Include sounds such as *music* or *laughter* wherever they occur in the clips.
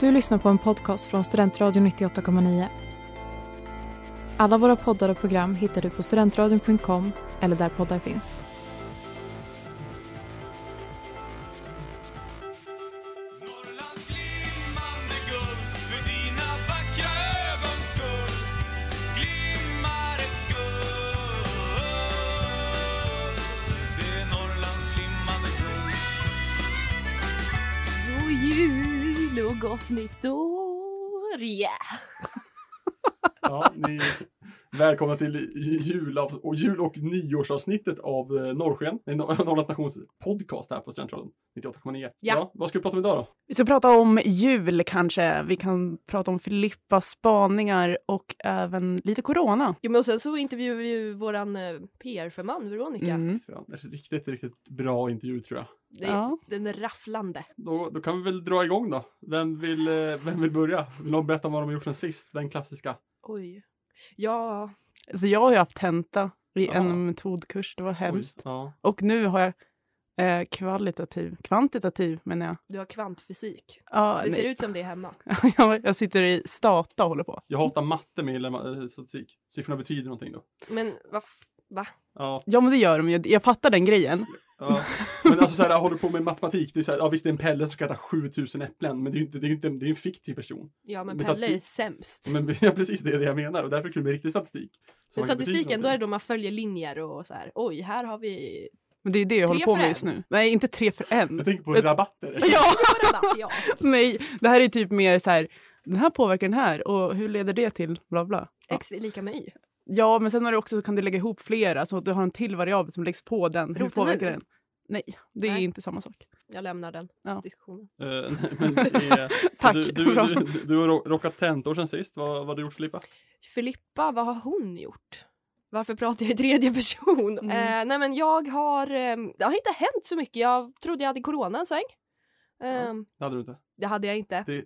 Du lyssnar på en podcast från Studentradion 98,9. Alla våra poddar och program hittar du på studentradion.com eller där poddar finns. Norrlands glimmande guld för dina vackra ögons skull glimmar ett guld. Det är Norrlands glimmande guld. God jul och gott nytt år! Yeah! Ja, ni välkomna till jul och, jul och nyårsavsnittet av eh, Norrsken, nej, Nor- *laughs* Norrlands Nations podcast här på Studentradion 98,9. Ja. Vad ska vi prata om idag då? Vi ska prata om jul kanske. Vi kan prata om Filippas spaningar och även lite corona. Jo, men och sen så intervjuar vi ju våran eh, PR-förman Veronica. Mm. Riktigt, riktigt bra intervju tror jag. Det, Ja. Den är rafflande. Då, då kan vi väl dra igång då. Vem vill, eh, vem vill börja? Vill någon berätta om vad de har gjort sen sist? Den klassiska. Oj. Ja, Så jag har ju haft tenta i Ja. en metodkurs. Det var hemskt. Oj, ja. Och nu har jag eh, kvalitativ, kvantitativ menar jag. du har kvantfysik. Ja, Det ser nej. *laughs* ut som det är hemma. jag, jag sitter i stata och håller på. Jag hatar matte med gillar, eh, statistik. Siffrorna betyder någonting då. Men vad... f- Va? Ja, Ja men det gör de ju. Jag fattar den grejen. ja. Men alltså så här, håller på med matematik. Det är så här, ja, visst, det är en Pelle som kan äta 7000 äpplen, men det är ju inte, det är ju inte, det är ju en fiktiv person. Ja, men Men Pelle är statistik- sämst. Men, Men *laughs* ja, precis, det är det jag menar och därför är det kul med riktig statistik. Så man kan betyda statistiken, då är det någonting. då man följer linjer och så här. Oj, här har vi... Men det är ju det jag Tre håller på för med just en. nu. Nej, inte tre för en. Jag tänker på *laughs* Men- rabatter. *laughs* Ja, ja. nej. Det här är typ mer så här, den här påverkar den här och hur leder det till bla bla. *laughs* Ja. X är lika med Y. Ja, men sen har du också, kan du lägga ihop flera så att du har en till variabel som läggs på den. Hur Roten påverkar ur? den? Nej, det är Nej. inte samma sak. Jag lämnar den Ja. diskussionen. Eh, nej, men det är- *laughs* så Tack, Du, du, bra. du, du, du har ro- rockat tentor sen sist. Vad, vad har du gjort Filippa? Filippa, vad har hon gjort? Varför pratar jag i tredje person? Mm. Eh, nej men jag har, ehm, det har inte hänt så mycket. Jag trodde jag hade corona en sväng. Ehm, Det hade du inte. Det hade jag inte. Det,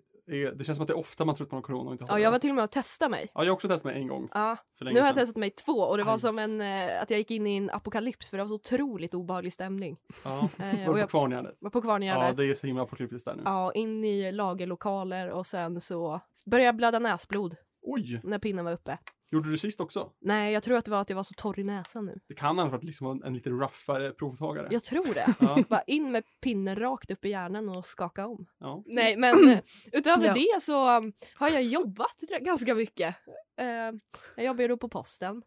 är, det känns som att det är ofta man tror att man har corona och inte har Ja, det. jag var till och med och testade mig. ja, jag har också testat mig en gång Ja, för länge nu har jag sedan. testat mig två och det var Aj. som en, eh, att jag gick in i en apokalyps för det var så otroligt obehaglig *laughs* stämning. Ja. Eh, *laughs* och Var du på jag Kvarngärdet? var på Kvarngärdet. Ja, det är så himla apokalyptiskt där nu. Ja, in i lagerlokaler och sen så började jag blöda näsblod Oj! när pinnen var uppe. Gjorde du sist också? Nej, jag tror att det var att jag var så torr i näsan nu. Det kan annars varit liksom en, en lite rougare provtagare. Jag tror det. Ja, Bara in med pinnen rakt upp i hjärnan och skaka om. ja. *clears throat* Nej, men eh, utöver Ja. det så um, har jag jobbat tror jag, ganska mycket. Eh, jag jobbar ju då på posten.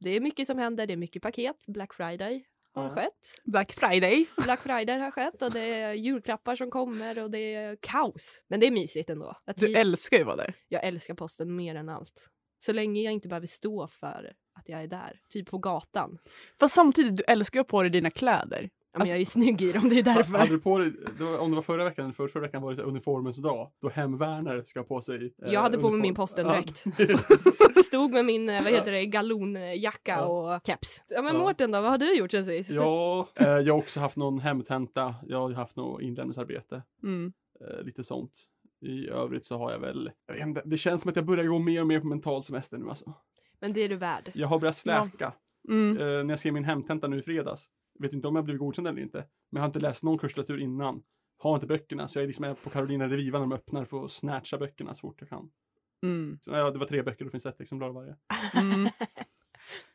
Det är mycket som händer, det är mycket paket. Black Friday har Ja. skett. Black Friday. Black Friday har skett och det är julklappar som kommer och det är kaos. Men det är mysigt ändå. Att Du vi, älskar ju att vara där. jag älskar posten mer än allt. Så länge jag inte behöver stå för att jag är där, typ på gatan. Fast samtidigt, du älskar ju att ha på dig dina kläder. Ja, men jag är ju snygg i dem, det är Hade därför. du på dig, det var, om det var förra veckan eller förra, förra veckan var det uniformens dag, då hemvärnare ska ha på sig. eh, Jag hade på mig min uniform. postendräkt. Ja. *laughs* Stod med min, eh, vad heter det, galonjacka Ja. och keps. Ja men Ja. Mårten då, vad har du gjort sen sist? *laughs* Ja, eh, jag har också haft någon hemtenta. Jag har ju haft något inlämningsarbete. Mm. Eh, lite sånt. I övrigt så har jag väl, jag vet inte, det känns som att jag börjar gå mer och mer på mental semester nu alltså. Men det är du värd. Jag har börjat släka. Mm. Eh, när jag skrev min hemtenta nu i fredags, vet inte om jag blivit godkänd eller inte, men jag har inte läst någon kurslitteratur innan. Har inte böckerna, så jag är liksom på Carolina Reviva när de öppnar för att snatcha böckerna så fort jag kan. Mm. Så, ja, det var tre böcker, och det finns ett exemplar av varje. Mm.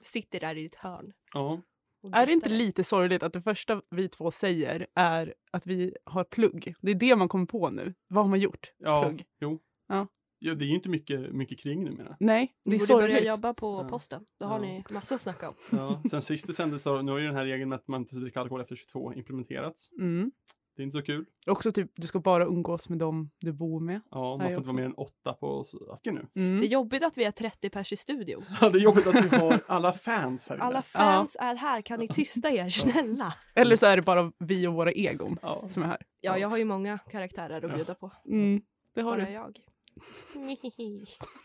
Sitter där i ett hörn. Ja, och Är det inte guttar. lite sorgligt att det första vi två säger är att vi har plugg? Det är det man kommer på nu. Vad har man gjort? ja Plugg. jo. Ja. Jo, det är ju inte mycket, mycket kring nu menar Nej, det Ni är borde börja sorgligt. jobba på Ja. posten. Då har Ja. Mm. ni massa att snacka om. Ja, *laughs* sen sist det sändes då, nu har ju den här regeln med att man inte dricker alkohol efter 22 implementerats. Mm. Det är inte så kul. Också typ, du ska bara umgås med dem du bor med. Ja, man Nej, får inte också. vara mer än åtta på saker nu. Det Mm. är jobbigt att vi är 30 pers i studion. Ja, det är jobbigt att vi *laughs* har alla fans här inne. Alla fans är här, kan ni tysta er? Snälla! Eller så är det bara vi och våra egon Ja. som är här. Ja, jag har ju många karaktärer att bjuda på. Mm. Det har Bara du. jag.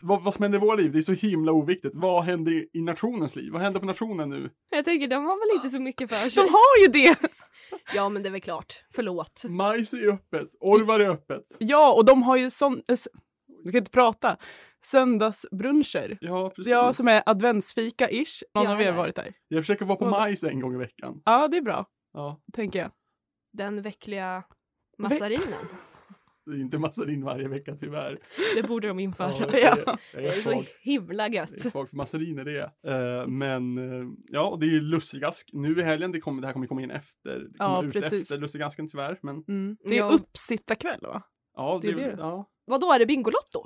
Vad, vad som händer i våra liv, det är så himla oviktigt. Vad händer i, i nationens liv? Vad händer på nationen nu? Jag tänker, de har väl inte så mycket för sig? De har ju det! *laughs* Ja, men det är väl klart. Förlåt. Majs är öppet, Orvar är öppet. Ja, och de har ju sån... eh, s- Du kan inte prata. Söndagsbruncher. Ja, precis. Ja, som är adventsfika-ish. Någon Ja, av er eller? har varit där. Jag försöker vara på Majs en gång i veckan. Ja, det är bra, Ja, tänker jag. Den veckliga massarinen. det inte massar in varje vecka tyvärr. Det borde de införa. Ja, Ja. jag- Jag Det är är så svag. himla Jag gött. är svag för masserin är det. Eh, men eh, ja, och det är ju lussigask nu i helgen. Det, kommer, det här kommer komma in efter. Det kommer Ja, ut precis. efter lussigasken tyvärr. Men Mm. Det är Ja. uppsittarkväll va? ja, Det det, är det. Ja, Vadå, är det Bingolotto?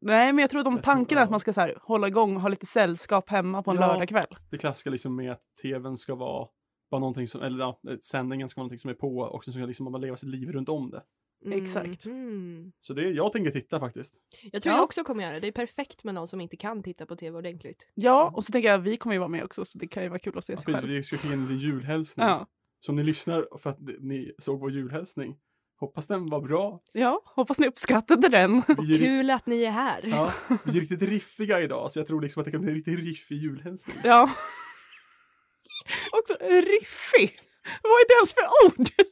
Nej, men jag tror de Jag tror- tanken är att man ska så här, hålla igång och ha lite sällskap hemma på en Ja. lördagkväll. det klassiska liksom med att tvn ska vara bara någonting som, eller ja, eh, sändningen ska vara någonting som är på och sen ska liksom man bara leva sitt liv runt om det. Mm, Exakt. Mhm. Så det, jag tänker titta faktiskt. Jag tror Ja. jag också kommer göra det. Det är perfekt med någon som inte kan titta på tv ordentligt. Ja, och så tänker jag vi kommer ju vara med också så det kan ju vara kul att se sig Att själv. vi ska skicka in en julhälsning. Ja. Så om ni lyssnar för att ni såg vår julhälsning, hoppas den var *laughs* bra. ja, hoppas ni uppskattade den. *laughs* Vi är, rikt- Kul att ni är här. *laughs* ja, vi är riktigt riffiga idag, så jag tror liksom att det kan bli en riktigt riffig julhälsning. Ja. också riffig. Vad är det ens för ord?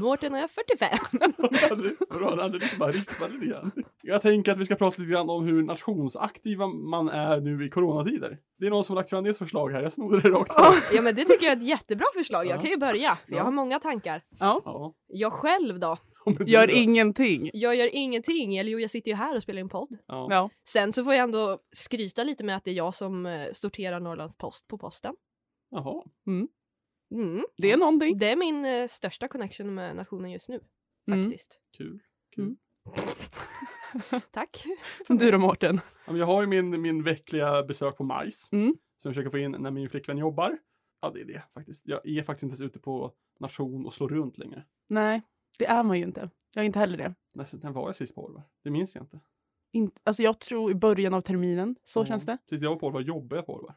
Mårten är 45. Bra, det hade liksom bara riffa lite grann. Jag tänker att vi ska prata lite grann om hur nationsaktiva man är nu i coronatider. Det är någon som har lagt fram det som förslag här, jag snodde det rakt av. *laughs* Ja men det tycker jag är ett jättebra förslag. Jag Ja. kan ju börja. För Ja. jag har många tankar. Ja. Jag själv då? men du Gör då? ingenting. Jag gör ingenting. Eller jo, jag sitter ju här och spelar in podd. Ja. Ja. Sen så får jag ändå skryta lite med att det är jag som eh, sorterar Norrlands post på posten. Jaha. Mm. Det är någonting. Det är min eh, största connection med nationen just nu. Mm. Faktiskt. Kul. Tack. Du då Mårten? Ja, men jag har ju min, min veckliga besök på Majs. Mm. Som jag försöker få in när min flickvän jobbar. Ja, det är det faktiskt. Jag är faktiskt inte ens ute på nation och slår runt längre. Nej, det är man ju inte. Jag är inte heller det. När, när var jag sist på Orvar? Det minns jag inte. Inte, alltså jag tror i början av terminen, så känns det. Sist jag var på Orvar jobbade jag på Orvar.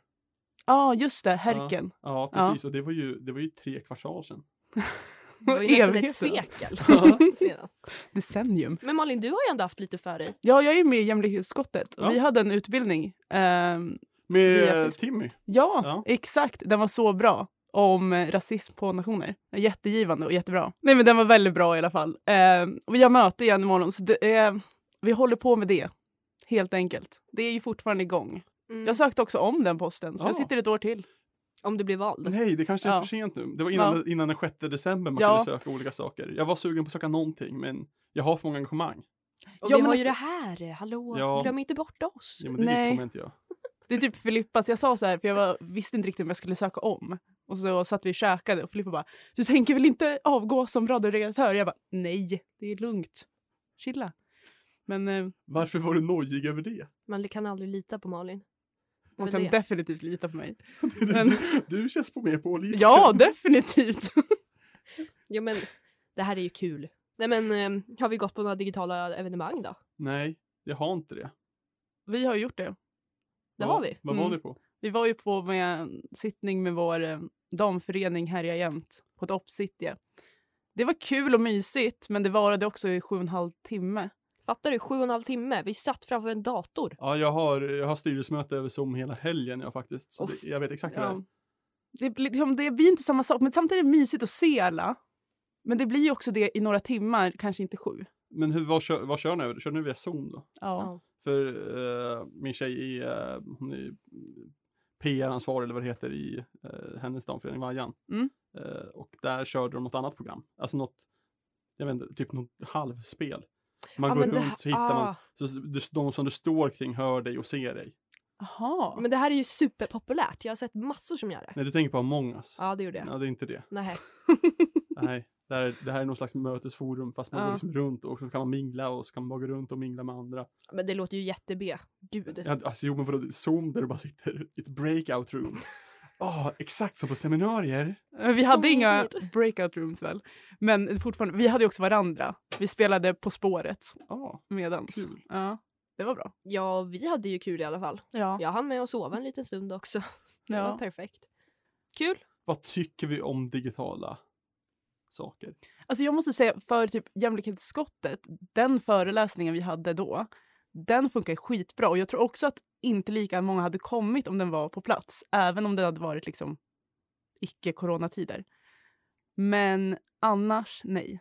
Ja, just det, Herken. Ja, precis. Och det var ju, det var ju tre kvartsal sedan. Det var ju nästan ett Evigheten. sekel Ja. *laughs* sedan. Decennium. Men Malin, du har ju ändå haft lite för dig. Ja, jag är ju med i jämlikhetsutskottet och Ja. vi hade en utbildning. ehm, Via Med Facebook. Timmy. ja, Ja. exakt. Den var så bra. Om eh, rasism på nationer. Jättegivande och jättebra. Nej, men den var väldigt bra i alla fall. Ehm, och vi har möte igen imorgon, så det är, vi håller på med det. Helt enkelt. Det är ju fortfarande igång. Mm. Jag sökte också om den posten, så Ja. jag sitter ett år till. Om du blir vald. Nej, det kanske är Ja. för sent nu. Det var innan, Ja. innan den 6 december man Ja. kunde söka olika saker. Jag var sugen på att söka någonting, men jag har för många engagemang. Och Ja, vi men har ju det alltså- här. eh, Hallå, Ja. glöm inte bort oss. Ja, men det Nej. kommer inte jag. Det är typ Filippas, jag sa så här för jag var, visste inte riktigt om jag skulle söka om. Och så satt vi och käkade och Filippa bara, du tänker väl inte avgå som radioredaktör? Jag bara, nej, det är lugnt. Chilla. Men eh, Varför var du nojig över det? *laughs* Man kan aldrig lita på Malin. man Men kan det- definitivt lita på mig. Du, du- Men- du, du känns på mer pålitlig. *laughs* Ja, definitivt! Ja, men det här är ju kul. Nej, men eh, har vi gått på några digitala evenemang då? Nej, jag har inte det. Vi har ju gjort det. Det Vad- har vi. Vad var Mm. ni på? Vi var ju på med en sittning med vår eh, damförening Härja Jämt på ett opsitje. Det var kul och mysigt, men det varade också i sju och en halv timme. Fattar du? Sju och en halv timme. Vi satt framför en dator. Ja, jag har, jag har styrelsemöte över Zoom hela helgen jag faktiskt. Så Uff. det, jag vet exakt vad det Ja. är. Det, blir- liksom, det blir inte samma sak, men samtidigt är det mysigt att se alla. Men det blir ju också det i några timmar, kanske inte sju. Men hur, vad, kör, vad kör ni över? Kör ni via Zoom då? Ja. Ja. För eh, min tjej är, eh, hon är PR-ansvarig eller vad det heter i eh, hennes damförening Vajan. Mm. Eh, och där körde de något annat program. Alltså något, jag vet inte, typ något halvspel. Man Ja, går men det- runt så hittar man, ah. så du, de som du står kring hör dig och ser dig. Jaha. ah, *laughs* Men det här är ju superpopulärt. Jag har sett massor som gör det. Nej, du tänker på Among us. Ah, Ja, det gjorde jag. Ja, det är inte det. Nej. Nej, det här, det här är någon slags mötesforum fast man Ja. Ah. går liksom runt och så kan man mingla och så kan man bara gå runt och mingla med andra. Men det låter ju jätte-B. Gud. Ja, alltså jo men vadå, Zoom där du bara sitter i ett breakout room. Ah, exakt som på seminarier. Men vi Så hade inga mysigt. breakout rooms väl? Men fortfarande, vi hade ju också varandra. Vi spelade På spåret Ah, medans. Kul. Ja, det var bra. Ja, vi hade ju kul i alla fall. Ja. Jag hann med att sova en liten stund också. *laughs* Det var ja. perfekt. Kul. vad tycker vi om digitala saker? Alltså jag måste säga, för typ jämlikhetsskottet, den föreläsningen vi hade då, den funkar skitbra. Och jag tror också att inte lika många hade kommit om den var på plats, även om det hade varit liksom icke-coronatider. Men annars, nej.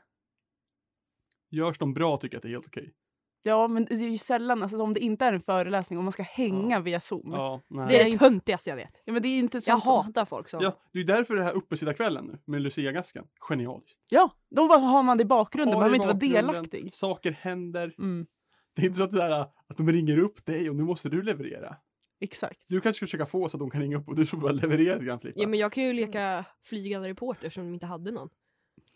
Görs de bra tycker jag att det är helt okej. Ja, men det är ju sällan, alltså, om det inte är en föreläsning och man ska hänga Ja. via Zoom. Ja. Ja, nej. Det är Nej. det töntigaste jag vet. men det är ju inte Jag sånt som- hatar folk som... Ja, det är ju därför det här uppesittarkvällen nu med Lucia-gasken. Genialiskt. Ja, då bara har man det i bakgrunden. Ha Man det i behöver inte vara bakgrunden, delaktig. Saker händer. Mm, Det är inte så att, det där, att de ringer upp dig och nu måste du leverera. exakt. Du kanske ska försöka få så att de kan ringa upp och du får bara leverera lite grann Filippa. Ja, men jag kan ju Mm. leka flygande reporter som de inte hade någon.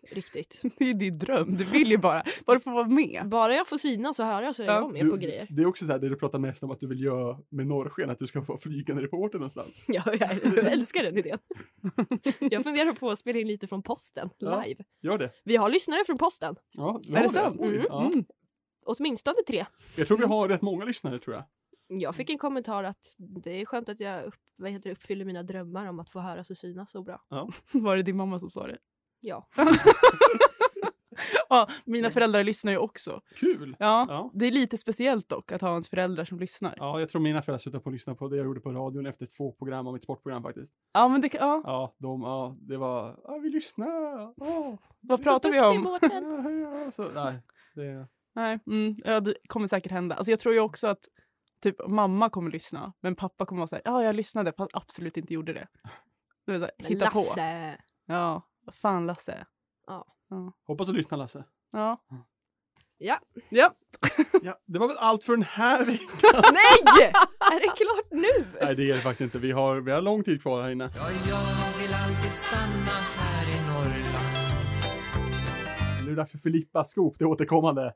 *laughs* Riktigt. *laughs* Det är ju din dröm. Du vill ju bara, bara få vara med. Bara jag får synas och höra så är Ja. jag med du, på grejer. *laughs* Det är också så här det du pratar mest om att du vill göra med norrsken, att du ska få flygande reporter någonstans. Ja, jag, *laughs* jag älskar den idén. *laughs* Jag funderar på att spela in lite från posten Ja. live. Gör det. Vi har lyssnare från posten. Ja, vi Är har det sant? Oj, Ja. Mm. Åtminstone tre. Jag tror vi har rätt många lyssnare tror jag. Jag Mm. fick en kommentar att det är skönt att jag upp, vad heter det, uppfyller mina drömmar om att få höras och synas så bra. *laughs* Var det din mamma som sa det? Ja. *laughs* Ja, mina föräldrar lyssnar ju också. Kul! Ja, Ja. Det är lite speciellt dock att ha ens föräldrar som lyssnar. Ja, Ja, jag tror mina föräldrar slutade på att lyssna på det jag gjorde på radion efter två program av mitt sportprogram faktiskt. men det, kan- ja. Ja, de, ja, det var, ja, vi lyssnar, ja, vad Så pratar vi duktig, om? Mårten. ja, ja, så, nej, det, Nej, mm, ja, det kommer säkert hända. Alltså, jag tror ju också att typ, mamma kommer lyssna, men pappa kommer vara så här, ja jag lyssnade fast absolut inte gjorde det. det är så här, hitta på. Lasse. Ja, vad fan Lasse. hoppas du lyssnar Lasse. Ja. Ja. Ja. Ja, det var väl allt för den här veckan. *laughs* Nej! Är det klart nu? Nej, det är det faktiskt inte. Vi har, vi har lång tid kvar här inne. Ja, jag vill alltid stanna här i Norrland Nu är det dags för Filippas skop, det återkommande.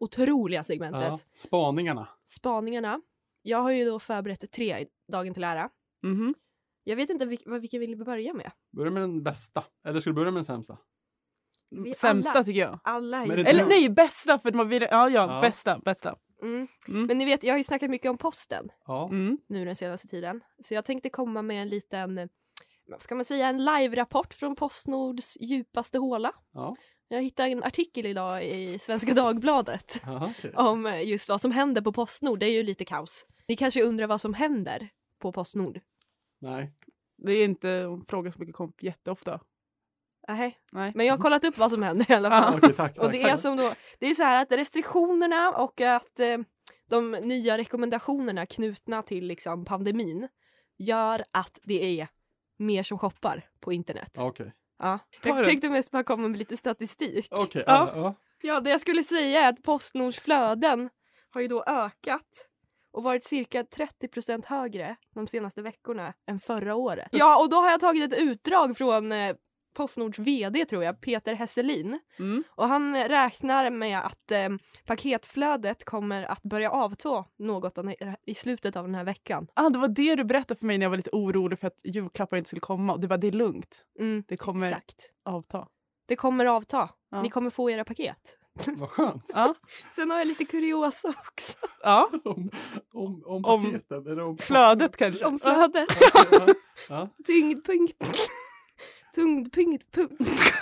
Otroliga Ja, segmentet. spaningarna. Spaningarna. Jag har ju då förberett tre i Dagen till ära. Mhm. Jag vet inte vil- vad- vilken vill vi börja med. Börja med den bästa. Eller ska du börja med den sämsta? Vi Sämsta alla- tycker jag. Alla Men är det- Eller Ja. nej, bästa för man vill, ja, ja, Ja. bästa, bästa. mm. Mm. Men ni vet, jag har ju snackat mycket om posten Ja. Mm. nu den senaste tiden. Så jag tänkte komma med en liten, eh, vad ska man säga, en live-rapport från Postnords djupaste håla. Ja. Jag hittade en artikel idag i Svenska Dagbladet Aha, okej. om eh, just vad som händer på Postnord. Det är ju lite kaos. Ni kanske undrar vad som händer på Postnord? Nej. Det är inte en fråga som brukar komma upp jätteofta. Nej. Nej. Men jag har kollat upp vad som händer i alla Ja. fall. Ah, Okej, tack, tack. Och det är alltså- som då, det är så här att restriktionerna och att eh, de nya rekommendationerna knutna till liksom pandemin gör att det är mer som shoppar på internet. Ja, Okej. Ja. Ta Jag den. tänkte mest bara komma med lite statistik. Okej. Ja. alla- ja. Ja, det jag skulle säga är att Postnords flöden har ju då ökat och varit cirka 30 högre de senaste veckorna än förra året. Mm. Ja, och då har jag tagit ett utdrag från eh, Postnords vd tror jag, Peter Hesselin. Mm. Och han räknar med att eh, paketflödet kommer att börja avta något av den- i slutet av den här veckan. Ah, det var det du berättade för mig när jag var lite orolig för att julklappar inte skulle komma. Och du bara, det är lugnt. Mm, Det kommer Exakt. avta. Det kommer avta. Ja. Ni kommer få era paket. Vad skönt. Ja, Sen har jag lite kuriosa också ja. *laughs* Om, om, om Om- paketen. eller om... flödet kanske. om flödet. *laughs* Ja. Ja. Tyngdpunkt. Tyngdpunkt. punkt- *laughs*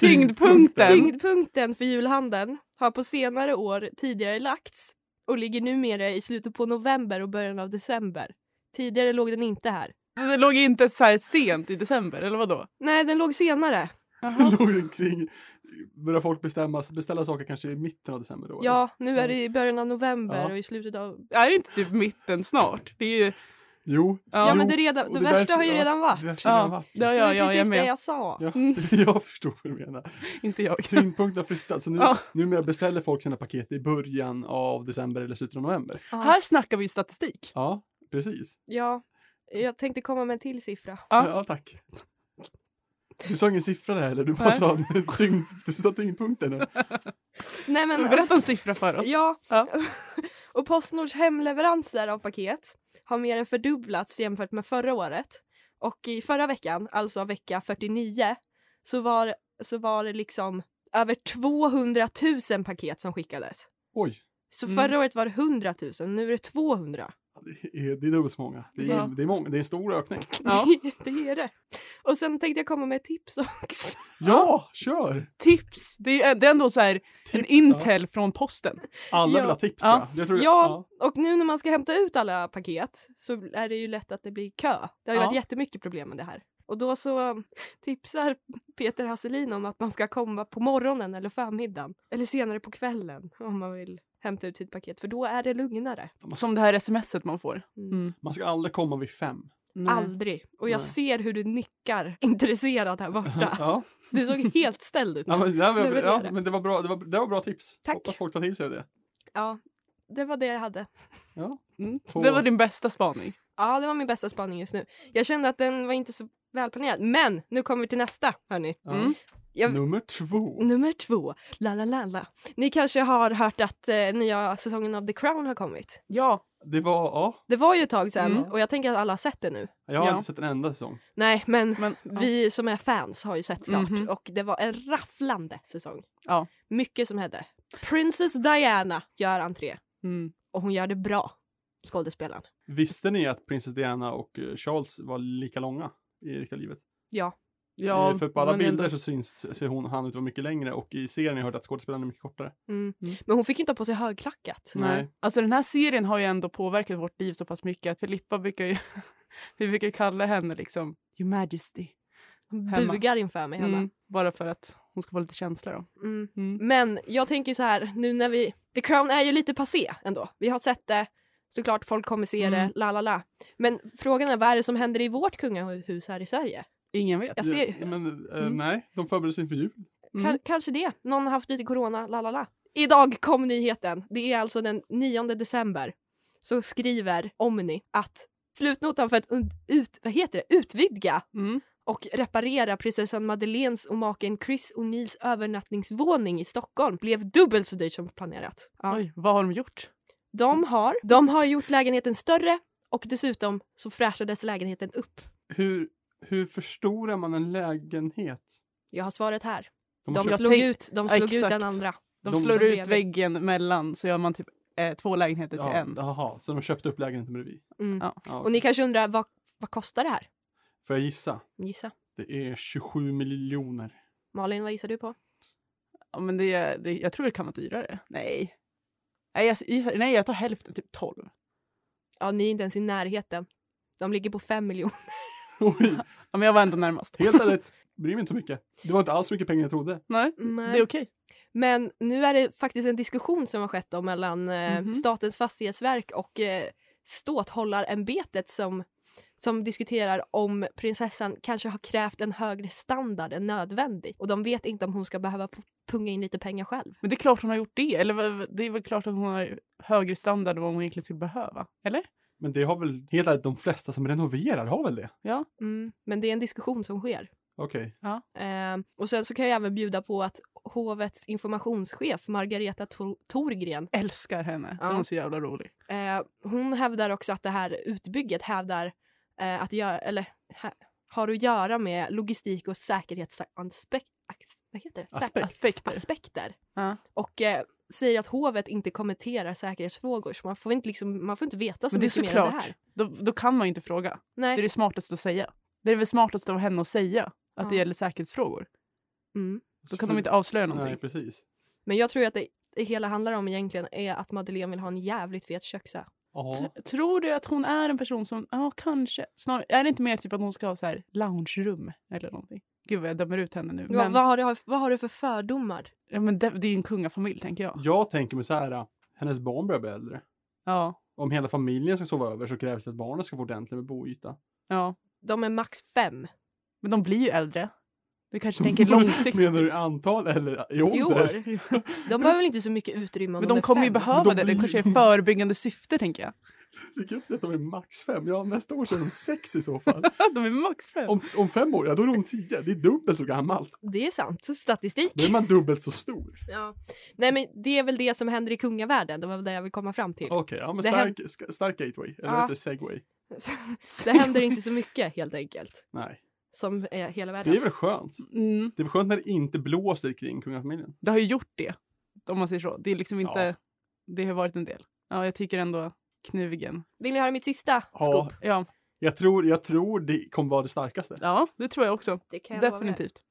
Tyngdpunkten. Tyngdpunkten för julhandeln har på senare år tidigare lagts och ligger numera i slutet på november och början av december. Tidigare låg den inte här. Så Ah, Det låg inte så här sent i december, eller vadå? Nej, den låg senare. Låg omkring. Börjar folk bestämma, beställa saker kanske i mitten av december då? eller? Ja, nu är det i början av november Ja. och i slutet av... Är det inte typ mitten snart? Det är ju... Jo. Ja, Ja, jo, men det, redan, och det, är värsta därför- har ju ja, redan varit. Det värsta har redan Ja, varit. det har det jag, var jag precis är det med. jag sa. Ja, Mm. *laughs* jag förstår vad du menar. Inte jag. Tyngdpunkten har flyttat, så nu, Ja. numera beställer folk sina paket i början av december eller slutet av november. Ja. Här snackar vi ju statistik. Ja, precis. ja, jag tänkte komma med en till siffra. Ja. Ja, tack. Du sa ingen siffra där eller? Du bara Nej. sa tyngd, du sa tyngdpunkten. *laughs* eller? Nej, men, alltså, Berätta en siffra för oss. ja. Ja. *laughs* och Postnords hemleveranser av paket har mer än fördubblats jämfört med förra året. Och i förra veckan, alltså vecka 49, så var, så var det liksom över 200 000 paket som skickades. Oj, Så Mm. förra året var det 100 000, nu är det 200. det är, det är dubbelt så många. Det är, Ja. det, är många. det är en stor ökning. Ja. *laughs* Det, det är det. Och sen tänkte jag komma med ett tips också. Ja, kör! *laughs* Tips! Det är, det är ändå så här en Tips, intel från posten. Alla Ja. vill ha tips Ja. tror jag. jag tror, Ja, och nu när man ska hämta ut alla paket så är det ju lätt att det blir kö. Det har ju Ja. varit jättemycket problem med det här. Och då så tipsar Peter Hasselin om att man ska komma på morgonen eller förmiddagen eller senare på kvällen om man vill hämta ut sitt paket för då är det lugnare. Som det här smset man får. Mm. Man ska aldrig komma vid fem. Nej. Aldrig. Och jag Nej. ser hur du nickar *laughs* intresserad här borta. *laughs* Ja, Du såg helt ställd ut. ja, men, ja, men, Det var ja, det. men det var bra, det var, det var bra tips. Tack. Hoppas folk tar till sig av det. Ja, det var det jag hade. Ja. Mm. På- Det var din bästa spaning. Ja, det var min bästa spaning just nu. Jag kände att den var inte så välplanerad. Men nu kommer vi till nästa, hörni. Ja. Mm. Jag- Nummer två. Nummer två, la la la la. Ni kanske har hört att eh, nya säsongen av The Crown har kommit. Ja, Det var, ja. Det var ju ett tag sedan Mm. och jag tänker att alla har sett det nu. Jag har Ja. inte sett en enda säsong. Nej, men men ja. vi som är fans har ju sett klart Mhm. och det var en rafflande säsong. Ja. Mycket som hände. Princess Diana gör entré Mm. och hon gör det bra, skådespelaren. Visste ni att prinsess Diana och eh, Charles var lika långa i riktiga livet? Ja, ja, Eh, För på alla men ändå. bilder så syns ser hon, han ut att vara mycket längre och i serien har jag hört att skådespelaren är mycket kortare. mm. Mm. men hon fick ju inte ha på sig högklackat. Nej. Alltså den här serien har ju ändå påverkat vårt liv så pass mycket att Filippa brukar ju, *laughs* vi brukar kalla henne liksom Your Majesty. Hon Hemma. bugar inför mig hemma. Mm. Bara för att hon ska få lite känsla då. Mm. Mm. Men jag tänker ju så här, nu när vi... The Crown är ju lite passé ändå. Vi har sett det, såklart folk kommer se det, Mm. la la la. Men frågan är, vad är det som händer i vårt kungahus här i Sverige? Ingen vet. Jag ser, Ja, Men eh, Mm. nej, de förbereder sig inför jul. Mm. Ka- kanske det. Någon har haft lite corona, la la la. Idag kom nyheten. Det är alltså den 9 december. Så skriver Omni att slutnotan för att und- ut, vad heter det? utvidga Mm. och reparera prinsessan Madeleines och maken Chris O'Neills övernattningsvåning i Stockholm blev dubbelt så dyrt som planerat. Ja. Oj, vad har de gjort? Mm. De, har, de har gjort lägenheten större och dessutom så fräschades lägenheten upp. Hur, hur förstorar man en lägenhet? Jag har svaret här. De De har köpt- slog, Mm. tänk- ut, de Ja, slog ut exakt. den andra. De, De- slår de ut lever. väggen mellan så gör man typ eh, två lägenheter till ja, en. Jaha, så de köpte upp lägenheten bredvid. Mm. Ja. Ja, Och ni kanske undrar, vad, vad kostar det här? Får jag gissa? Gissa. Det är 27 miljoner. *laughs* Malin, vad gissar du på? Ja, men det, är- det, jag tror det kan vara dyrare. Nej. Nej jag, gissar- nej, jag tar hälften, typ 12. Ja, ni är inte ens i närheten. De ligger på fem miljoner. Oj, Ja, men jag var ändå närmast. helt ärligt, bryr mig inte så mycket. Det var inte alls så mycket pengar jag trodde. *laughs* Nej, Nej. det är okej. Men nu är det faktiskt en diskussion som har skett då mellan eh, Mhm. Statens fastighetsverk och eh, Ståthållarämbetet som, som diskuterar om prinsessan kanske har krävt en högre standard än nödvändig. Och de vet inte om hon ska behöva p- punga in lite pengar själv. Men det är klart hon har gjort det. Eller vad- det är väl klart att hon har högre standard än vad hon egentligen skulle behöva. Eller? Men det har väl, helt ärligt, de flesta som renoverar har väl det? Ja. Men det är en diskussion som sker. Okej. Eh, och sen så kan jag även bjuda på att hovets informationschef Margareta Tor- Thorgren Älskar henne. Ja. Hon är så jävla rolig. Eh, hon hävdar också att det här utbygget hävdar eh, att göra, eller, ha, har att göra med logistik och säkerhetsaspekter. Vad heter det? Sä- Aspekt. Aspekter. aspekter. Ja. Och eh, säger att hovet inte kommenterar säkerhetsfrågor så man får inte, liksom, man får inte veta så Men det är mycket mer om det såklart. här. Då, då kan man ju inte fråga. Det är Nej. det smartaste att säga. Det är väl smartaste av henne att säga att det Ja. gäller säkerhetsfrågor. Mm. Då kan de inte avslöja någonting. Nej, precis. Men jag tror att det, det hela handlar om egentligen är att Madeleine vill ha en jävligt fet köksö. Ja. T- Tror du att hon är en person som, ja kanske, snar, är det inte mer typ att hon ska ha så här loungerum eller någonting? Gud vad jag dömer ut henne nu. Vad, Men, vad, har du, vad har du för fördomar? ja, men det, det är ju en kungafamilj tänker jag. Jag tänker mig så här, äh, hennes barn börjar bli äldre. Ja, Om hela familjen ska sova över så krävs det att barnen ska få ordentligt med boyta. ja. De är max fem. Men de blir ju äldre. Du *laughs* kanske tänker långsiktigt. Menar du i antal eller i ålder? I år. De behöver väl inte så mycket utrymme om Men de de är kommer ju fem. behöva Men de det. Det blir- kanske är förebyggande syfte tänker jag. Jag kan inte säga att de är max fem. Ja, nästa år så är de sex i så fall. De är max fem. Om, om fem år, ja då är de tio. Det är dubbelt så gammalt. Det är sant. Statistik. Då är man dubbelt så stor. Ja. Nej men det är väl det som händer i kungavärlden, det var väl det jag vill komma fram till. Okej, ja men Det stark, sk- stark gateway. Eller Ja. vad heter det? segway? det händer inte så mycket helt enkelt, Nej. som är hela Det är världen. väl skönt? Mm, Det är väl skönt när det inte blåser kring kungafamiljen? det har ju gjort det. Om man säger så. Det är liksom inte, Ja. det har varit en del. Ja, jag tycker ändå knugen. Vill ni höra mitt sista Ja, scoop? Ja, jag tror, jag tror det kommer vara det starkaste. ja det tror jag också. Det kan jag lova er. Definitivt.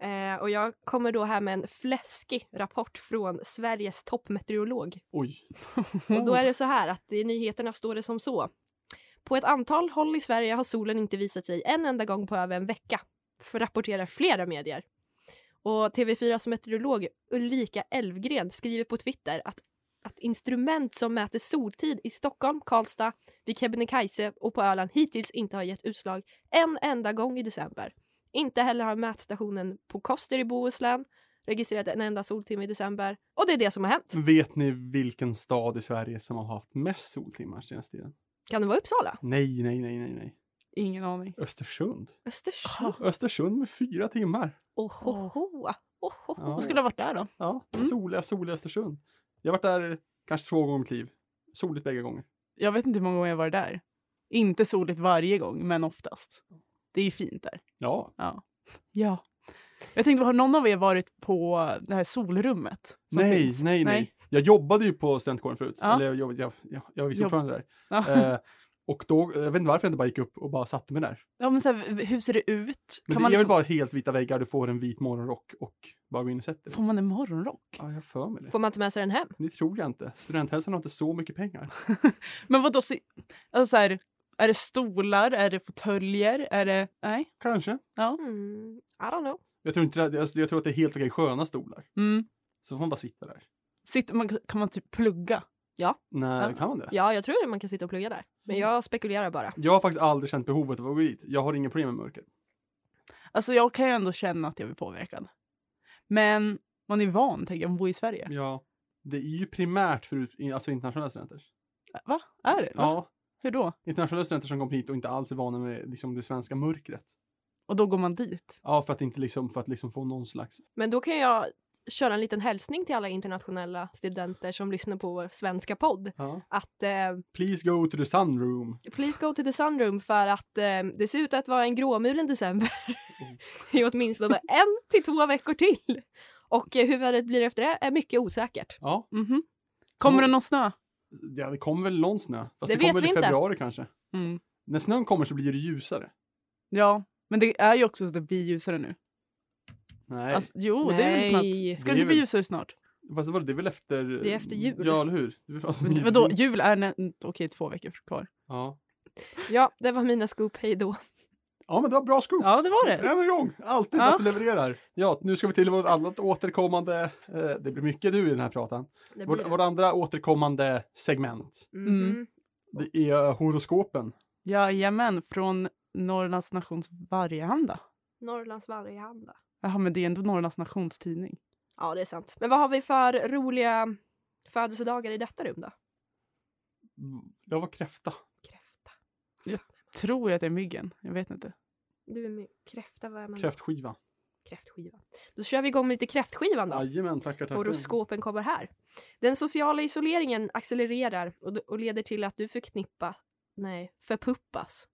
Eh, och jag kommer då här med en fläskig rapport från Sveriges toppmeteorolog. Oj. Och då är det så här att i nyheterna står det som så. På ett antal håll i Sverige har solen inte visat sig en enda gång på över en vecka, för rapporterar flera medier. Och TV4s meteorolog Ulrika Elvgren skriver på Twitter att, att instrument som mäter soltid i Stockholm, Karlstad, vid Kebnekaise och på Öland hittills inte har gett utslag en enda gång i december. Inte heller har mätstationen på Koster i Bohuslän registrerat en enda soltimme i december. Och det är det som har hänt. Vet ni vilken stad i Sverige som har haft mest soltimmar senaste tiden? Kan det vara Uppsala? Nej, nej, nej, nej, nej. Ingen aning. Östersund. Östersund? Östersund med fyra timmar. Ohoho. Ohoho. Ja, Vad skulle ha varit där då? ja. Mm. Soliga, soliga Östersund. Jag har varit där kanske två gånger i mitt liv. Soligt bägge gånger. Jag vet inte hur många gånger jag var där. Inte soligt varje gång, men oftast. Det är ju fint där. Ja, Ja. Jag tänkte, har någon av er varit på det här solrummet? som nej, finns? nej, nej, Jag jobbade ju på studentkåren förut. Ja. Eller jag, jobbade- jag, jag, jag var vice Jobb- ordförande Ja. *laughs* där. Eh, och då, jag vet inte varför jag inte bara gick upp och bara satte mig där. Ja, men så här, hur ser det ut? Men det Kan man är väl liksom, bara helt vita väggar, du får en vit morgonrock och bara gå in och sätter dig. Får man en morgonrock? Ja, jag har för mig det. Får man inte med sig den hem? Det tror jag inte. Studenthälsan har inte så mycket pengar. Men vad då? Alltså så här, är det stolar? Är det fåtöljer? Är det... Nej. Kanske. Mm, I don't know. Jag tror, inte det, alltså, jag tror att det är helt okej sköna stolar. Mm. Så får man bara sitta där. Sitter man, kan man typ plugga? Nej, Ja. kan man det? Ja, jag tror att man kan sitta och plugga där. Men jag spekulerar bara. Jag har faktiskt aldrig känt behovet av att gå dit. Jag har inga problem med mörker. Alltså jag kan ju ändå känna att jag blir påverkad. Men man är van, tänker jag, man bor i Sverige. Ja. Det är ju primärt för ut- alltså internationella studenter. Va? Är det? Va? Ja. Hur då? Internationella studenter som kommer hit och inte alls är vana med liksom, det svenska mörkret. Och då går man dit? Ja, för att inte liksom, för att liksom få någon slags... Men då kan jag köra en liten hälsning till alla internationella studenter som lyssnar på vår svenska podd. Ja. Att eh, Please go to the sunroom. please go to the sunroom för att eh, det ser ut att vara en gråmulen december *laughs* i åtminstone en till två veckor till. Och eh, hur vädret blir efter det är mycket osäkert. Ja, Mhm. Kommer Så- det någon snö? ja det kommer väl någon snö. Fast Det det, kommer vet väl vi i inte. februari kanske. Mm. När snön kommer så blir det ljusare. Ja, men det är ju också så att det blir ljusare nu. Nej, Alltså, jo, det är väl snart. Nej. Ska Det är det inte bli väl- ljusare snart? fast vadå, det är väl efter... Det är efter jul. Ja, eller hur? Det är väl alltså Men, jul. vadå, jul är nä- okej, två veckor kvar. Ja. Ja, det var mina scoop. Hej då. ja, men det var bra scoops. Ja, det var det. Än en gång! Alltid Ja. att du levererar. Ja, nu ska vi till vårt annat återkommande... Eh, det blir mycket du i den här pratan. Det blir Vårt, det. vårt andra återkommande segment. Mhm. Det är horoskopen. Jajamän, från Norrlands Nations Vargehanda. Norrlands Vargehanda. Jaha, men det är ändå Norrlands Nations tidning. Ja, det är sant. Men vad har vi för roliga födelsedagar i detta rum då? Jag var kräfta. Kräfta. Tror jag att det är myggen. Jag vet inte. Du är med. Kräfta, vad är man? Kräftskiva. Kräftskiva. Då kör vi igång med lite kräftskivan då. Jajamän, tackar, tackar. Horoskopen kommer här. Den sociala isoleringen accelererar och, och leder till att du förknippa, nej, förpuppas.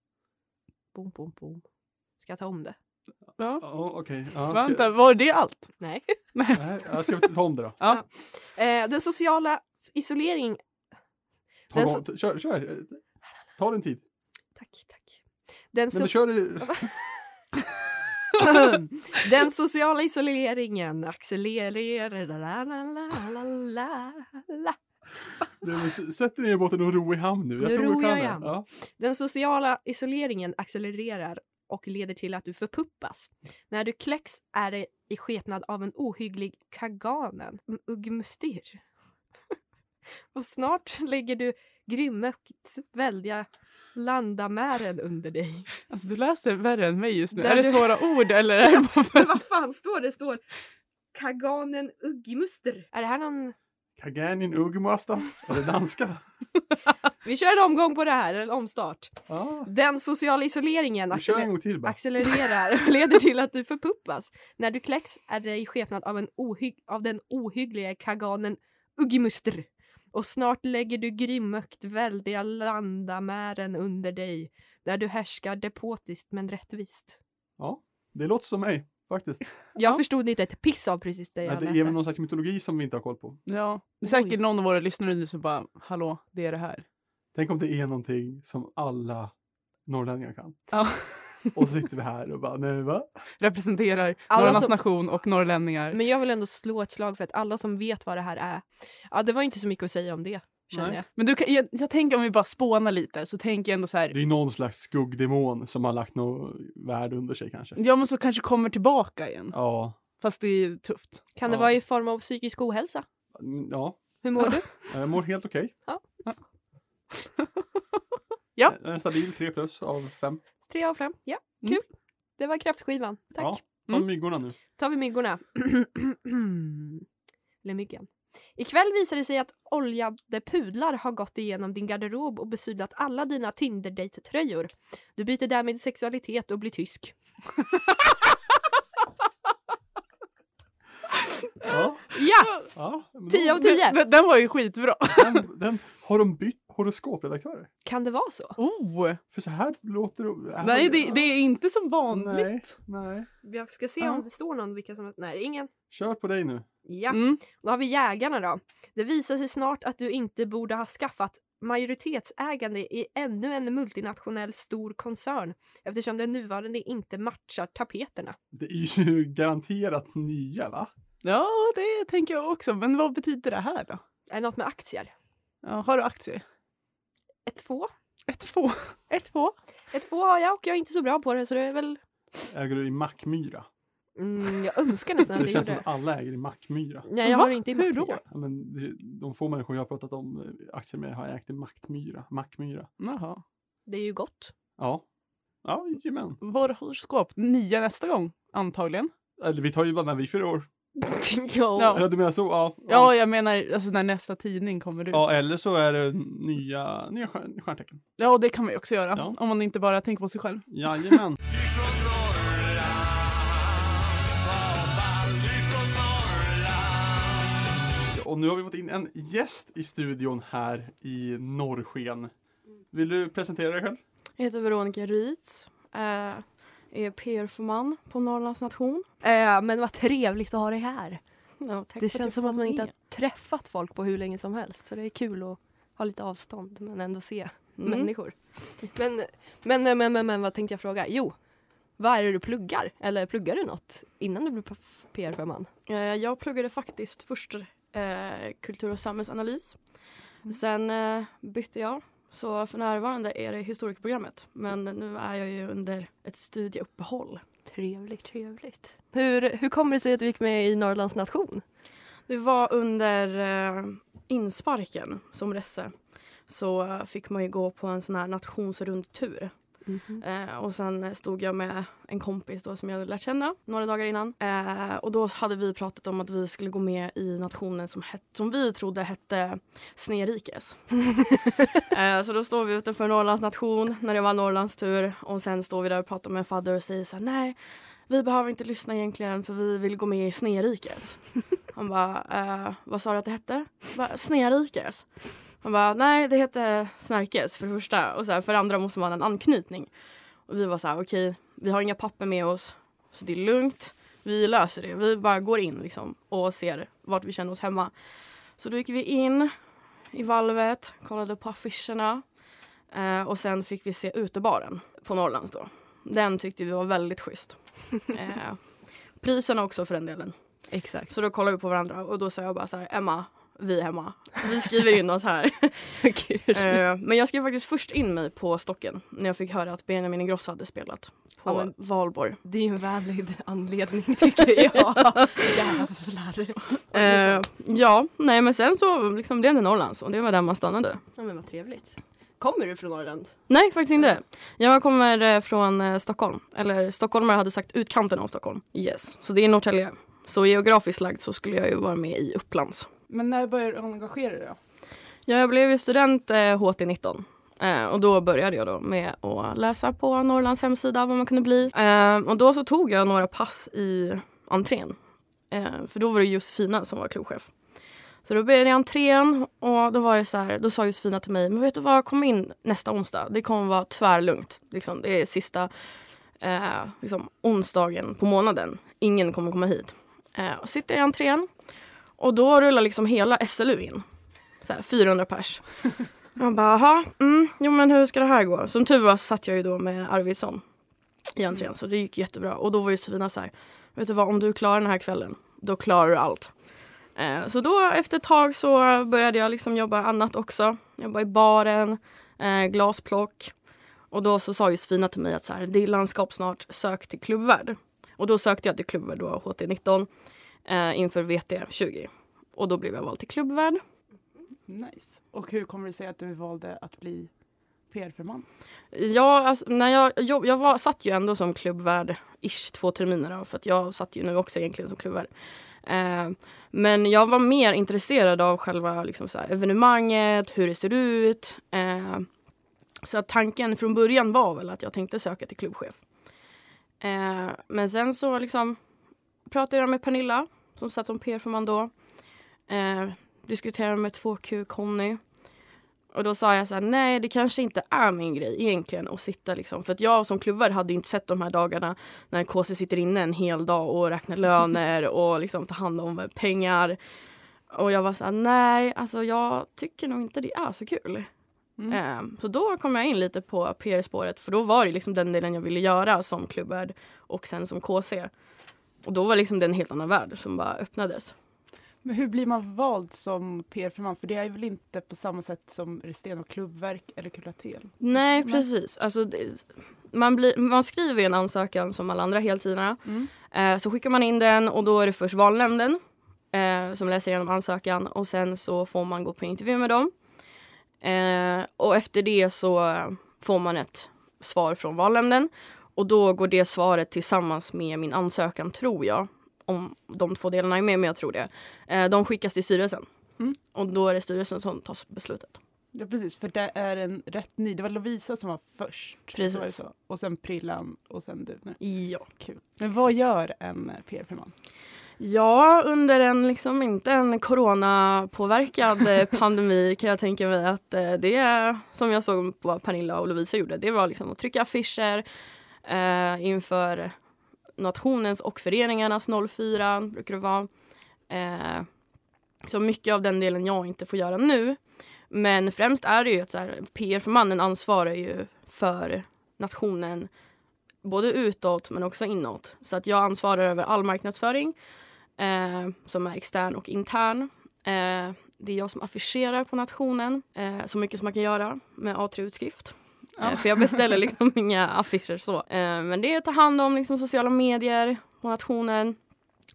Boom, boom, boom. Ska jag ta om det? Ja. Ja, okej. Ja, ska- Vänta, var det allt? Nej. Nej, jag ska ta om det då. Ja. Eh, den sociala isoleringen... Ta Den igång- Kör, kör. Ta din tid. Tack, tack. Den Nej, soci- men kör du. Den sociala isoleringen accelererar. La, la, la, la, la, la. Nej, men s- Sätt dig ner i båten och ro i hamn nu. Jag Nu tror du ror kan jag i det. hamn. Ja. Den sociala isoleringen accelererar och leder till att du förpuppas. När du kläcks är det i skepnad av en ohygglig kaganen, m- ugmstyr. *laughs* Och snart lägger du grymmökt välja landamären under dig. Alltså du läste värre än mig just nu. Där är det du- svåra ord eller? Är det bara Men för... vad fan står det? står kaganen uggmuster. Är det här någon Kaganin Ugmuasta. Är det danska? Vi kör en omgång på det här, en omstart. Ja. Den sociala isoleringen Vi kör en acceler- gång till bara. accelererar och leder till att du förpuppas. När du kläcks är det i skepnad av, en ohy- av den ohyggliga kaganen Uggimuster. Och snart lägger du grimmökt väldiga landamären under dig där du härskar depotiskt men rättvist. Det låter som mig, faktiskt. Jag förstod inte ett piss av precis det Men jag det är väl läste. någon slags mytologi som vi inte har koll på. Ja, det är Oj. säkert någon av våra lyssnare nu som bara, hallå, det är det här. Tänk om det är någonting som alla norrlänningar kan. Ja. Och så sitter vi här och bara, nej va? *laughs* Representerar Alla Norrlands som- nation och norrlänningar. Men jag vill ändå slå ett slag för att alla som vet vad det här är. Ja, det var inte så mycket att säga om det. känner Nej. jag. Men du kan, jag, jag tänker om vi bara spånar lite så tänker jag ändå så här. Det är någon slags skuggdemon som har lagt något värde under sig kanske. Ja men så kanske kommer tillbaka igen. Ja. Fast det är tufft. Kan det Ja. vara i form av psykisk ohälsa? Mm, Ja, Hur mår du? jag mår helt okej. Ja. *laughs* Ja. En stabil 3 plus av 5. Tre av fem. Ja, kul. Mm. Det var kraftskivan. Tack. Ja, ta Mm. myggorna nu. tar vi myggorna. *clears throat* Eller myggen. Ikväll visar det sig att oljade pudlar har gått igenom din garderob och besudlat alla dina Tinder-date-tröjor. Du byter därmed sexualitet och blir tysk. Ja, *gasps* Ja! ja. men då- 10 av *laughs* 10! Men, den var ju skitbra. Den, den, har de bytt horoskopredaktörer? Kan det vara så? Oh. För så här låter det... Nej det, det är inte som vanligt. Nej, nej. Jag ska se Ja. om det står någon vilka som... Nej, ingen. Kör på dig nu. Ja. Mm. Då har vi jägarna då. Det visar sig snart att du inte borde ha skaffat majoritetsägande i ännu en multinationell stor koncern eftersom den nuvarande inte matchar tapeterna. Det är ju *laughs* garanterat nya va? Ja det tänker jag också. Men vad betyder det här då? Är det något med aktier? Ja, har du aktier? Ett få? Ett få. Ett få. Ett få har jag och jag är inte så bra på det så det är väl... Äger du i Mackmyra? Mm, jag önskar nästan *laughs* det att jag känns gjorde som det. att alla äger i Mackmyra. Nej, jag Va? har inte i Hur Mackmyra. då? Ja, men det- de få människor jag har pratat om eh, aktier med har ägt i Mackmyra. Mackmyra. Jaha. Det är ju gott. Ja. Ja, jajamän. Vår horoskop. Nio nästa gång antagligen. Eller vi tar ju bara med vi fyra år. Ja. Eller du menar så? Ja. Ja jag menar alltså när nästa tidning kommer ut. Ja, eller så är det nya, nya stjärn, stjärntecken. Ja, det kan man ju också göra. Ja. Om man inte bara tänker på sig själv. Jajamän. Ifrån Norrland, vad ball, ifrån Norrland Och nu har vi fått in en gäst i studion här i Norrsken. Vill du presentera dig själv? Jag heter Veronica Rytz. eh, Är PR-förman på Norrlands nation. Eh, men vad trevligt att ha dig här. Ja, tack för Det jag känns som att fått man inte med. har träffat folk på hur länge som helst så det är kul att ha lite avstånd men ändå se Mm. människor. Men, men, men, men, men vad tänkte jag fråga? Jo, vad är det du pluggar? Eller pluggar du något innan du blev PR-förman? Eh, Jag pluggade faktiskt först eh, kultur och samhällsanalys. Sen eh, bytte jag. Så för närvarande är det historikprogrammet. Men nu är jag ju under ett studieuppehåll. Trevligt, trevligt. Hur, hur kommer det sig att du gick med i Norrlands nation? Det var under eh, insparken som resse. Så eh, fick man ju gå på en sån här nationsrundtur. Mm-hmm. *laughs* Eh, och sen stod jag med en kompis då som jag hade lärt känna några dagar innan. Eh, och då hade vi pratat om att vi skulle gå med i nationen som, het, som vi trodde hette Snerikes. eh, så då står vi utanför Norrlands nation när det var Norrlands tur. Och sen står vi där och pratar med en fadder och säger så här, nej vi behöver inte lyssna egentligen för vi vill gå med i Snerikes. Han bara, eh, vad sa du att det hette? Jag bara, Snerikes. Han bara, nej det heter Snärkes för det första och så här, för det andra måste man ha en anknytning. Och vi var så här, okej, vi har inga papper med oss, så det är lugnt. Vi löser det. Vi bara går in liksom, och ser vart vi känner oss hemma. Så då gick vi in i valvet, kollade på affischerna eh, och sen fick vi se utebaren på Norrlands då. Den tyckte vi var *laughs* väldigt schysst. Eh, priserna också för den delen. Exakt. Så då kollade vi på varandra och då sa jag bara så här, Emma, vi är hemma. Vi skriver in *laughs* oss här. Eh, men jag skrev faktiskt först in mig på stocken när jag fick höra att Benjamin Ingrosso hade spelat på Ja, men- Valborg. Det är en valid anledning tycker *laughs* jag. Jävlar. Eh, ja, nej men sen så liksom blev det Norrlands och det var där man stannade. Ja, men vad trevligt. Kommer du från Norrland? Nej, faktiskt inte. Jag kommer eh, från eh, Stockholm. Eller stockholmare hade sagt utkanten av Stockholm. Yes, så det är Norrtälje. Så geografiskt lagd så skulle jag ju vara med i Upplands. Men när började du engagera dig då? Ja, jag blev ju student eh, HT19. Eh, och då började jag då med att läsa på Norrlands hemsida vad man kunde bli. Eh, och då så tog jag några pass i entrén. Eh, för då var det Josefina som var klochef. Så då började jag i entrén och då var det så här, då sa Josefina till mig, men vet du vad, kom in nästa onsdag. Det kommer vara tvärlugnt. Liksom, det är sista eh, liksom, onsdagen på månaden. Ingen kommer komma hit. Eh, och sitter jag i entrén och då rullar liksom hela SLU in så här, 400 pers. Man bara, aha, mm, jo men hur ska det här gå? Som tur var så satt jag ju då med Arvidsson i entrén så det gick jättebra. Och då var ju Sofina så här, vet du vad, om du klarar den här kvällen, då klarar du allt. Eh, så då efter ett tag så började jag liksom jobba annat också. Jobba i baren, eh, glasplock. Och då så sa Josefina till mig att så här, det är landskap snart, sök till klubbvärd. Och då sökte jag till klubbvärd då, HT19, eh, inför VT20. Och då blev jag vald till klubbvärd. Nice. Och hur kommer det sig att du valde att bli PR-firman? Ja, alltså, när jag, jobb, jag var, satt ju ändå som klubbvärd ish två terminer då, för att jag satt ju nu också egentligen som klubbvärd. Eh, men jag var mer intresserad av själva liksom, så här, evenemanget, hur det ser ut. Eh, så att tanken från början var väl att jag tänkte söka till klubbchef. Eh, men sen så liksom, pratade jag med Pernilla som satt som PR-förman då. Eh, diskuterade med 2Q Conny. Och då sa jag så här, nej det kanske inte är min grej egentligen att sitta liksom. För att jag som klubbvärd hade ju inte sett de här dagarna när KC sitter inne en hel dag och räknar löner och liksom tar hand om pengar. Och jag var så här, nej alltså jag tycker nog inte det är så kul. Mm. Ehm, så då kom jag in lite på PR-spåret för då var det liksom den delen jag ville göra som klubbvärd och sen som KC. Och då var liksom det en helt annan värld som bara öppnades. Men hur blir man vald som PR-firman? För det är väl inte på samma sätt som resten av klubbverk eller kuratel? Nej precis, alltså, det, man, blir, man skriver ju en ansökan som alla andra helsidorna. Mm. Eh, så skickar man in den och då är det först valnämnden eh, som läser igenom ansökan och sen så får man gå på intervju med dem. Eh, och efter det så får man ett svar från valnämnden och då går det svaret tillsammans med min ansökan tror jag. Om de två delarna är med, men jag tror det. Eh, de skickas till styrelsen. Mm. Och då är det styrelsen som tar beslutet. Ja precis, för det är en rätt ny. Det var Lovisa som var först. Precis. Så var det så. Och sen Prillan och sen du nu. Ja. Kul. Men vad gör en eh, PR-firman? Ja, under en liksom inte en coronapåverkad eh, pandemi kan jag tänka mig att eh, det är som jag såg vad Pernilla och Lovisa gjorde. Det var liksom att trycka affischer eh, inför nationens och föreningarnas 04 brukar det vara. Eh, så mycket av den delen jag inte får göra nu. Men främst är det ju att så här, PR för mannen ansvarar ju för nationen både utåt men också inåt. Så att jag ansvarar över all marknadsföring eh, som är extern och intern. Eh, det är jag som affischerar på nationen eh, så mycket som man kan göra med A3-utskrift. Eh, för jag beställer liksom *laughs* inga affischer så. Eh, men det är att ta hand om liksom, sociala medier på nationen,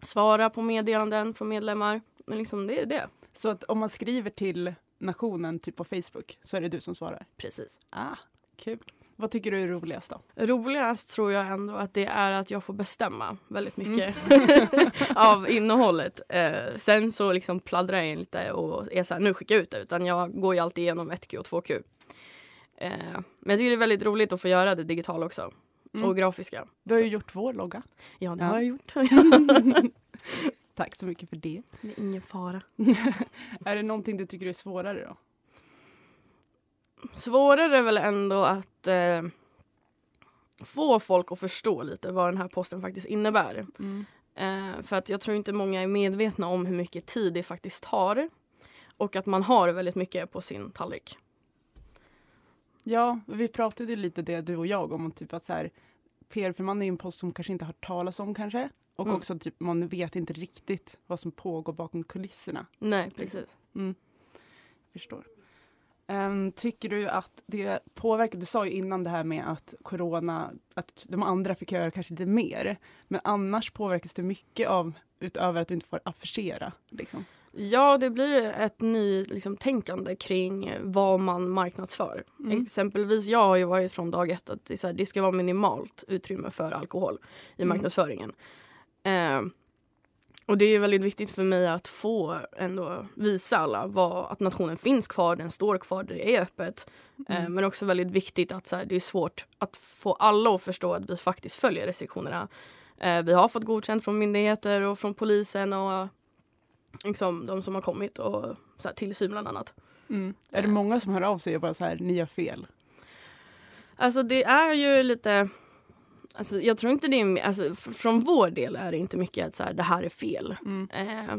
svara på meddelanden från medlemmar. Men liksom, det är det, *laughs* Så att om man skriver till nationen typ på Facebook så är det du som svarar? precis. Ah, kul. Vad tycker du är roligast då? Roligast tror jag ändå att det är att jag får bestämma väldigt mycket *laughs* av innehållet. Eh, sen så liksom pladdrar jag in lite och är så här, nu skickar jag ut det. Utan jag går ju alltid igenom 1Q och 2Q. Eh, men jag tycker det är väldigt roligt att få göra det digitala också. Mm. Och grafiska. Du har ju gjort vår *laughs* logga. Ja, det Ja. har jag gjort. Tack så mycket för det. *laughs* *laughs* det är ingen fara. är det någonting du tycker är svårare då? Svårare är väl ändå att eh, få folk att förstå lite vad den här posten faktiskt innebär. Eh, för att jag tror inte många är medvetna om hur mycket tid det faktiskt tar. Och att man har väldigt mycket på sin tallrik. Ja, vi pratade lite det du och jag om typ att så här PR för man är ju en post som kanske inte har hört talas om kanske och Mm. också typ man vet inte riktigt vad som pågår bakom kulisserna. Nej, precis. Förstår. Ehm, tycker du att det påverkar, du sa ju innan det här med att corona, att de andra fick göra kanske lite mer, men annars påverkas det mycket av utöver att du inte får affischera? Liksom. Ja, det blir ett nytänkande liksom, tänkande kring eh, vad man marknadsför. Mm. Exempelvis jag har ju varit från dag ett att det, är så här, det ska vara minimalt utrymme för alkohol i Mm. marknadsföringen. Eh, och det är väldigt viktigt för mig att få ändå visa alla vad, att nationen finns kvar, den står kvar, det är öppet. Eh, Mm. men också väldigt viktigt att så här, det är svårt att få alla att förstå att vi faktiskt följer restriktionerna. Eh, vi har fått godkänt från myndigheter och från polisen och liksom, de som har kommit och så här, tillsyn bland annat. Mm. Är det eh. många som hör av sig och bara så här, ni gör fel? Alltså det är ju lite... Alltså, jag tror inte det är... Alltså, f- från vår del är det inte mycket att så här, det här är fel. Mm. Eh,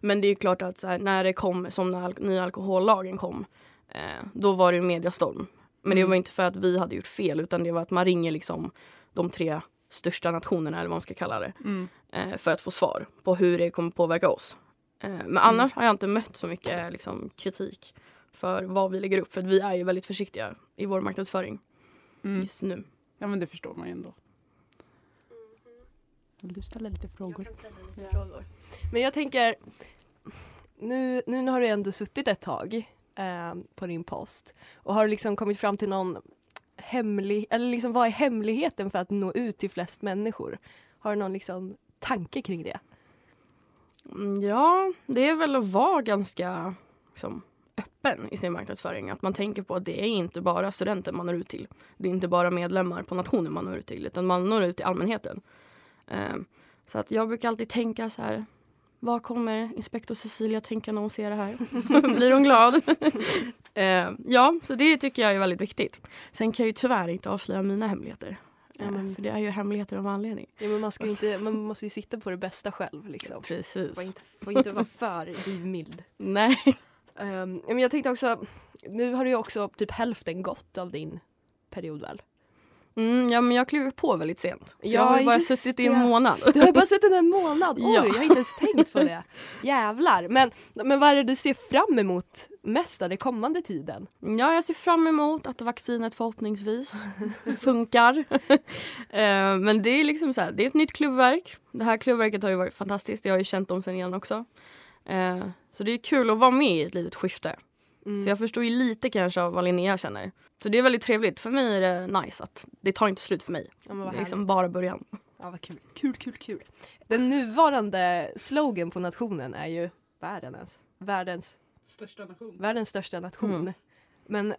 men det är ju klart att så här, när det kom, som när al- nya alkohollagen kom, eh, då var det ju mediastorm. Men det Mm. var inte för att vi hade gjort fel utan det var att man ringer liksom de tre Mm. största nationerna eller vad man ska kalla det. eh, för att få svar på hur det kommer påverka oss. Eh, Mm. Men annars har jag inte mött så mycket liksom, kritik för vad vi lägger upp. För att vi är ju väldigt försiktiga i vår marknadsföring Mm. just nu. Ja, men det förstår man ju ändå. Vill du ställa lite frågor? Men jag tänker, nu, nu har du ändå suttit ett tag eh, på din post och har du liksom kommit fram till någon hemlig, eller liksom vad är hemligheten för att nå ut till flest människor? Har du någon liksom tanke kring det? Mm, Ja, det är väl att vara ganska liksom, öppen i sin marknadsföring. Att man tänker på att det är inte bara studenter man når ut till. Det är inte bara medlemmar på nationen man når ut till, utan man når ut till allmänheten. Eh, Så att jag brukar alltid tänka så här, vad kommer inspektor Cecilia tänka när hon ser det här? *laughs* Blir hon glad? *laughs* Eh, ja, så det tycker jag är väldigt viktigt. Sen kan jag ju tyvärr inte avslöja mina hemligheter. Eh, Ja, men- För det är ju hemligheter av anledning. Ja, men man, ska ju inte, man måste ju sitta på det bästa själv. Liksom. Precis. Får, inte, får inte vara för givmild. Nej. *laughs* Ehm, men jag tänkte också, nu har du ju också typ hälften gått av din period väl? Mm, ja, men jag klev på väldigt sent. Så Ja, jag har ju bara just suttit i det. en månad. Du har ju bara suttit en månad, oj Ja. jag har inte ens tänkt på det. Jävlar. Men, men vad är det du ser fram emot mest av den kommande tiden? *laughs* Ja, jag ser fram emot att vaccinet förhoppningsvis funkar. *laughs* Eh, men det är liksom så här, det är ett nytt klubbverk. Det här klubbverket har ju varit fantastiskt. Jag har ju känt dem sen innan också. Eh, så det är kul att vara med i ett litet skifte. Mm. Så jag förstår ju lite kanske av vad Linnea känner. Så det är väldigt trevligt. För mig är det nice att det tar inte slut för mig. ja, men Det vad är liksom härligt. bara början. ja, vad kul. kul, kul, kul. Den nuvarande slogan på nationen är ju världens, världens, Största nation. världens största nation. Mm. Men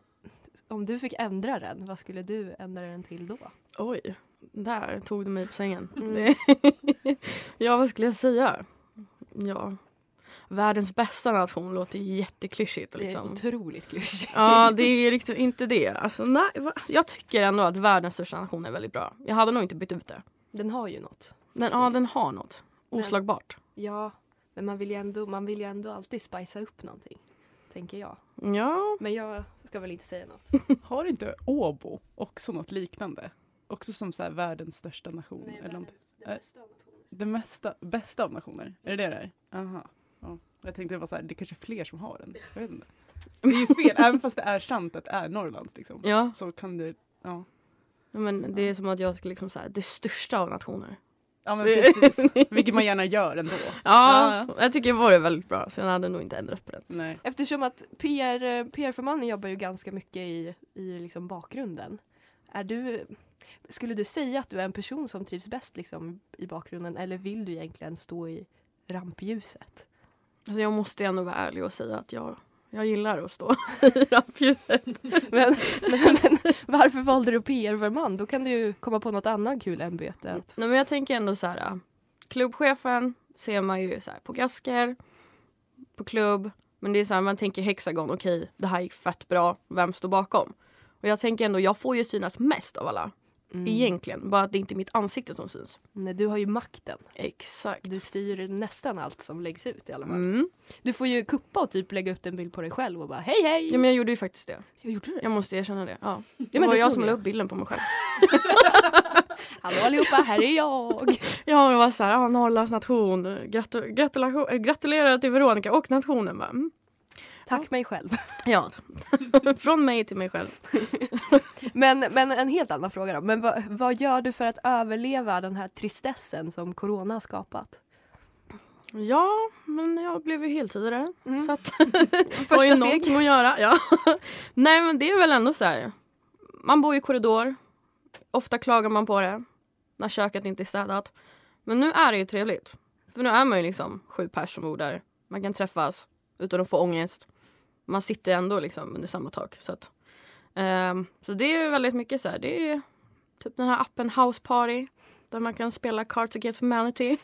om du fick ändra den, vad skulle du ändra den till då? Oj, där tog du mig på sängen. Mm. Det- *laughs* ja, vad skulle jag säga? Ja, världens bästa nation låter ju jätteklyschigt. Det är Liksom. otroligt klyschigt. Ja, det är riktigt inte det. Alltså, nej, va? Jag tycker ändå att världens största nation är väldigt bra. Jag hade nog inte bytt ut det. Den har ju något. Den, ja, den har något. Men- Oslagbart. Ja, men man vill ju ändå, man vill ju ändå alltid spicea upp någonting. Tänker jag. Ja, Men jag ska väl inte säga något. Har inte Åbo också något liknande? Också som så här världens största nation? eller någonting. Eh, Det mesta, bästa av nationer? Är det det det är? Aha. Ja. Jag tänkte bara så här, det kanske är fler som har den. Jag vet inte. Det är ju *laughs* fel, även fast det är sant att det är Norrlands liksom. ja. Så kan det, ja. Men det är som att jag skulle liksom säga det största av nationer. Ja men *laughs* precis. Vilket man gärna gör ändå. Ja, jag tycker vår är väldigt bra så jag hade nog inte ändrat på den. Nej. Eftersom att PR, PR-förmannen jobbar ju ganska mycket i, i liksom bakgrunden. Är du, skulle du säga att du är en person som trivs bäst liksom i bakgrunden eller vill du egentligen stå i rampljuset? Alltså jag måste ändå vara ärlig och säga att jag, jag gillar att stå *laughs* i rampljuset. Men, men, men varför valde du PR-förman? Då kan du ju komma på något annat kul ämbete. att- Nej, men jag tänker ändå så här. äh, Klubbchefen ser man ju så här, på gasker, på klubb. Men det är så här, man tänker Hexagon, okej det här gick fett bra, vem står bakom? Och jag tänker ändå, jag får ju synas mest av alla. Egentligen, bara att det inte är mitt ansikte som syns. Mm. Nej, du har ju makten. Exakt. Du styr nästan allt som läggs ut i alla fall. Mm. Du får ju kuppa och typ lägga upp en bild på dig själv och bara hej hej! Ja men jag gjorde ju faktiskt det. jag gjorde det. Jag måste erkänna det. Ja. Det men var det jag såg som la Alltså, jag. upp bilden på mig själv. *laughs* Hallå allihopa, här är jag! Ja men jag var såhär, ja, Norrlands nation, gratu- gratulation- eh, gratulerar till Veronica och nationen. Bara, mm. Tack mig själv. Ja. *laughs* Från mig till mig själv. Men, men en helt annan fråga då. Men vad, vad gör du för att överleva den här tristessen som corona har skapat? Ja, men jag blev ju heltidare. Mm. Så att det var ju Första steg. någonting att göra. Ja. *laughs* Nej men det är väl ändå så här. Man bor i korridor. Ofta klagar man på det. När köket inte är städat. Men nu är det ju trevligt. För nu är man ju liksom sju pers som bor där. Man kan träffas utan att få ångest. Man sitter ändå liksom under samma tak. Så, att, ehm, så det är väldigt mycket så här. Det är typ den här appen House Party. Där man kan spela Cards Against Humanity.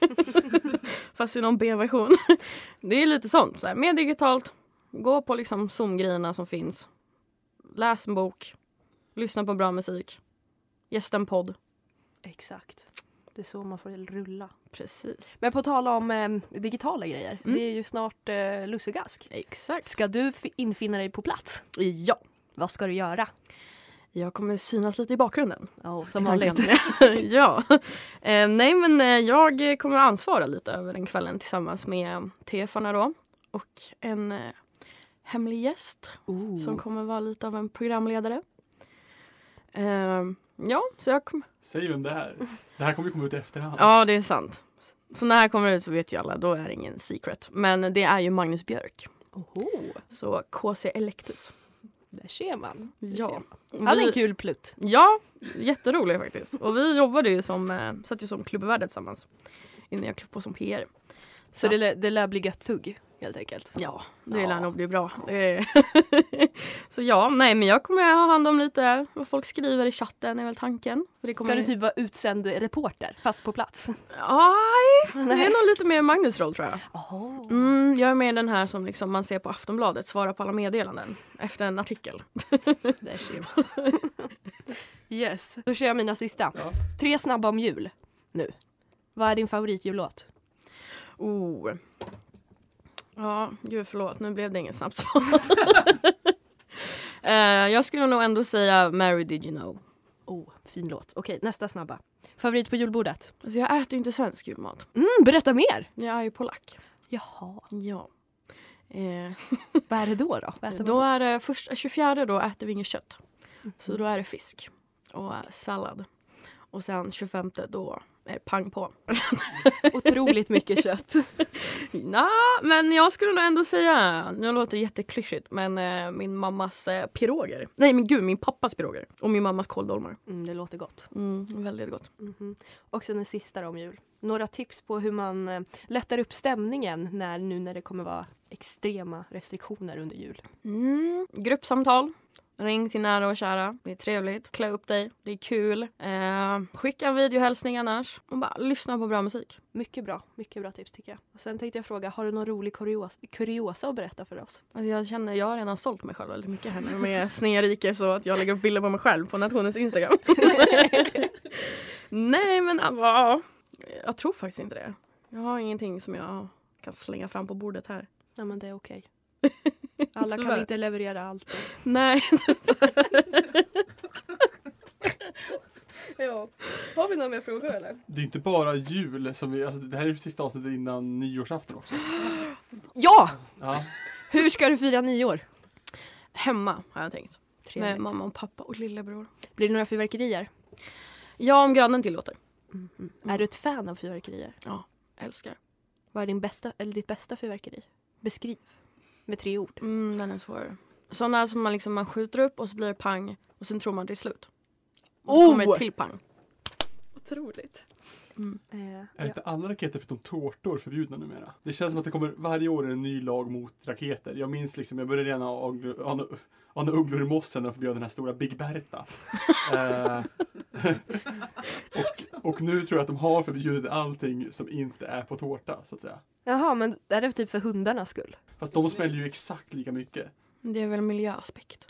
*laughs* Fast i någon B-version. *laughs* Det är lite sånt. Så här, mer digitalt. Gå på liksom Zoom-grejerna som finns. Läs en bok. Lyssna på bra musik. Gästa en podd. Exakt. Det är så man får rulla. Precis. Men på tal om eh, digitala grejer. Mm. Det är ju snart eh, lussegask. Exakt. Ska du fi- infinna dig på plats? Ja. Vad ska du göra? Jag kommer synas lite i *laughs* bakgrunden. Ja, som i vanligt. *laughs* tanken. ja. Eh, nej, men eh, jag kommer ansvara lite över den kvällen tillsammans med Tefana då. Och en eh, hemlig gäst Oh. som kommer vara lite av en programledare. Eh, ja, så jag kom- Säg vem det är. Det här kommer ju komma ut i efterhand. Ja, det är sant. Så när det här kommer ut så vet ju alla, då är det ingen secret. Men det är ju Magnus Björk, Oho, så KC Electus. Där ser man. Ja. Han är en Vi- kul plutt. Ja, jätterolig faktiskt. Och vi jobbade ju som, eh, satt ju som klubbvärda tillsammans innan jag klev på som PR. Så det, lär- det lär bli gött tugg helt enkelt. Ja, det Ja. lär nog bli bra. Det är- *laughs* så ja, nej men jag kommer ha hand om lite vad folk skriver i chatten är väl tanken. För det kommer... Ska du typ vara utsänd reporter fast på *laughs* plats? Aj, det är nog lite mer Magnus roll tror jag. Oho. Mm, jag är med i den här som liksom man ser på Aftonbladet, svara på alla meddelanden efter en artikel. Där ser man. *laughs* yes. Då kör jag mina sista. Ja. Tre snabba om jul nu. Vad är din favoritjullåt? Oh. Ja, gud förlåt, nu blev det inget snabbt svar. *laughs* Eh, jag skulle nog ändå säga Mary Did You Know. Oh, fin låt. Okej, nästa snabba. Favorit på julbordet? Alltså jag äter ju inte svensk julmat. Mm, berätta mer! Jag är ju polack. Jaha, Ja. Eh, vad är det då? då? Vad äter då man är det först, 24 då äter vi inget kött. Så då är det fisk och eh, sallad. Och sen 25 då är det pang på. då? Mm, Otroligt *laughs* mycket kött. Nja, men jag skulle nog ändå säga, nu låter det jätteklyschigt men eh, min mammas eh, piroger. Nej men gud, min pappas piroger. Och min mammas kåldolmar. Mm, det låter gott. Mm, väldigt gott. Mhm. Och sen den sista då om jul. Några tips på hur man eh, lättar upp stämningen när, nu när det kommer vara extrema restriktioner under jul. Mm. Gruppsamtal. Ring till nära och kära. Det är trevligt. Klä upp dig. Det är kul. Eh, skicka en videohälsning annars. Och bara lyssna på bra musik. Mycket bra, mycket bra tips tycker jag. Och sen tänkte jag fråga, har du någon rolig kurios, kuriosa att berätta för oss? Alltså jag känner, jag har redan sålt mig själv väldigt mycket här nu med snegerike så att jag lägger upp bilder på mig själv på nationens Instagram. Nej men ah, ja, jag tror faktiskt inte det. Jag har ingenting som jag kan slänga fram på bordet här. Nej men det är okej. *laughs* Alla kan Tyvärr. inte leverera allt. Nej. Ja. Har vi några mer frågor eller? Det är inte bara jul som vi... Alltså det här är sista avsnittet innan nyårsafton också. Ja! Ja. Hur ska du fira nyår? Hemma har jag tänkt. Med Trevligt. mamma och pappa och lillebror. Blir det några fyrverkerier? Ja om grannen tillåter. Är du ett fan av fyrverkerier? Älskar. Vad är din bästa, eller ditt bästa fyrverkeri? Beskriv. Med tre ord. Mm, den är svår. Sådana som man, liksom, man skjuter upp och så blir det pang och sen tror man det är slut. Och så Oh! kommer det till pang. Otroligt. Mm. Eh, Är ja. inte alla raketer förutom tårtor förbjudna numera? Det känns som att det kommer varje år är det en ny lag mot raketer. Jag minns liksom, jag började redan ana- ana- ana ugglor i mossen när de förbjöd den här stora Big Bertha. eh, och, och nu tror jag att de har förbjudit allting som inte är på tårta, så att säga. Jaha, men är det typ för hundarnas skull? Fast de smäller ju exakt lika mycket. Det är väl miljöaspekt.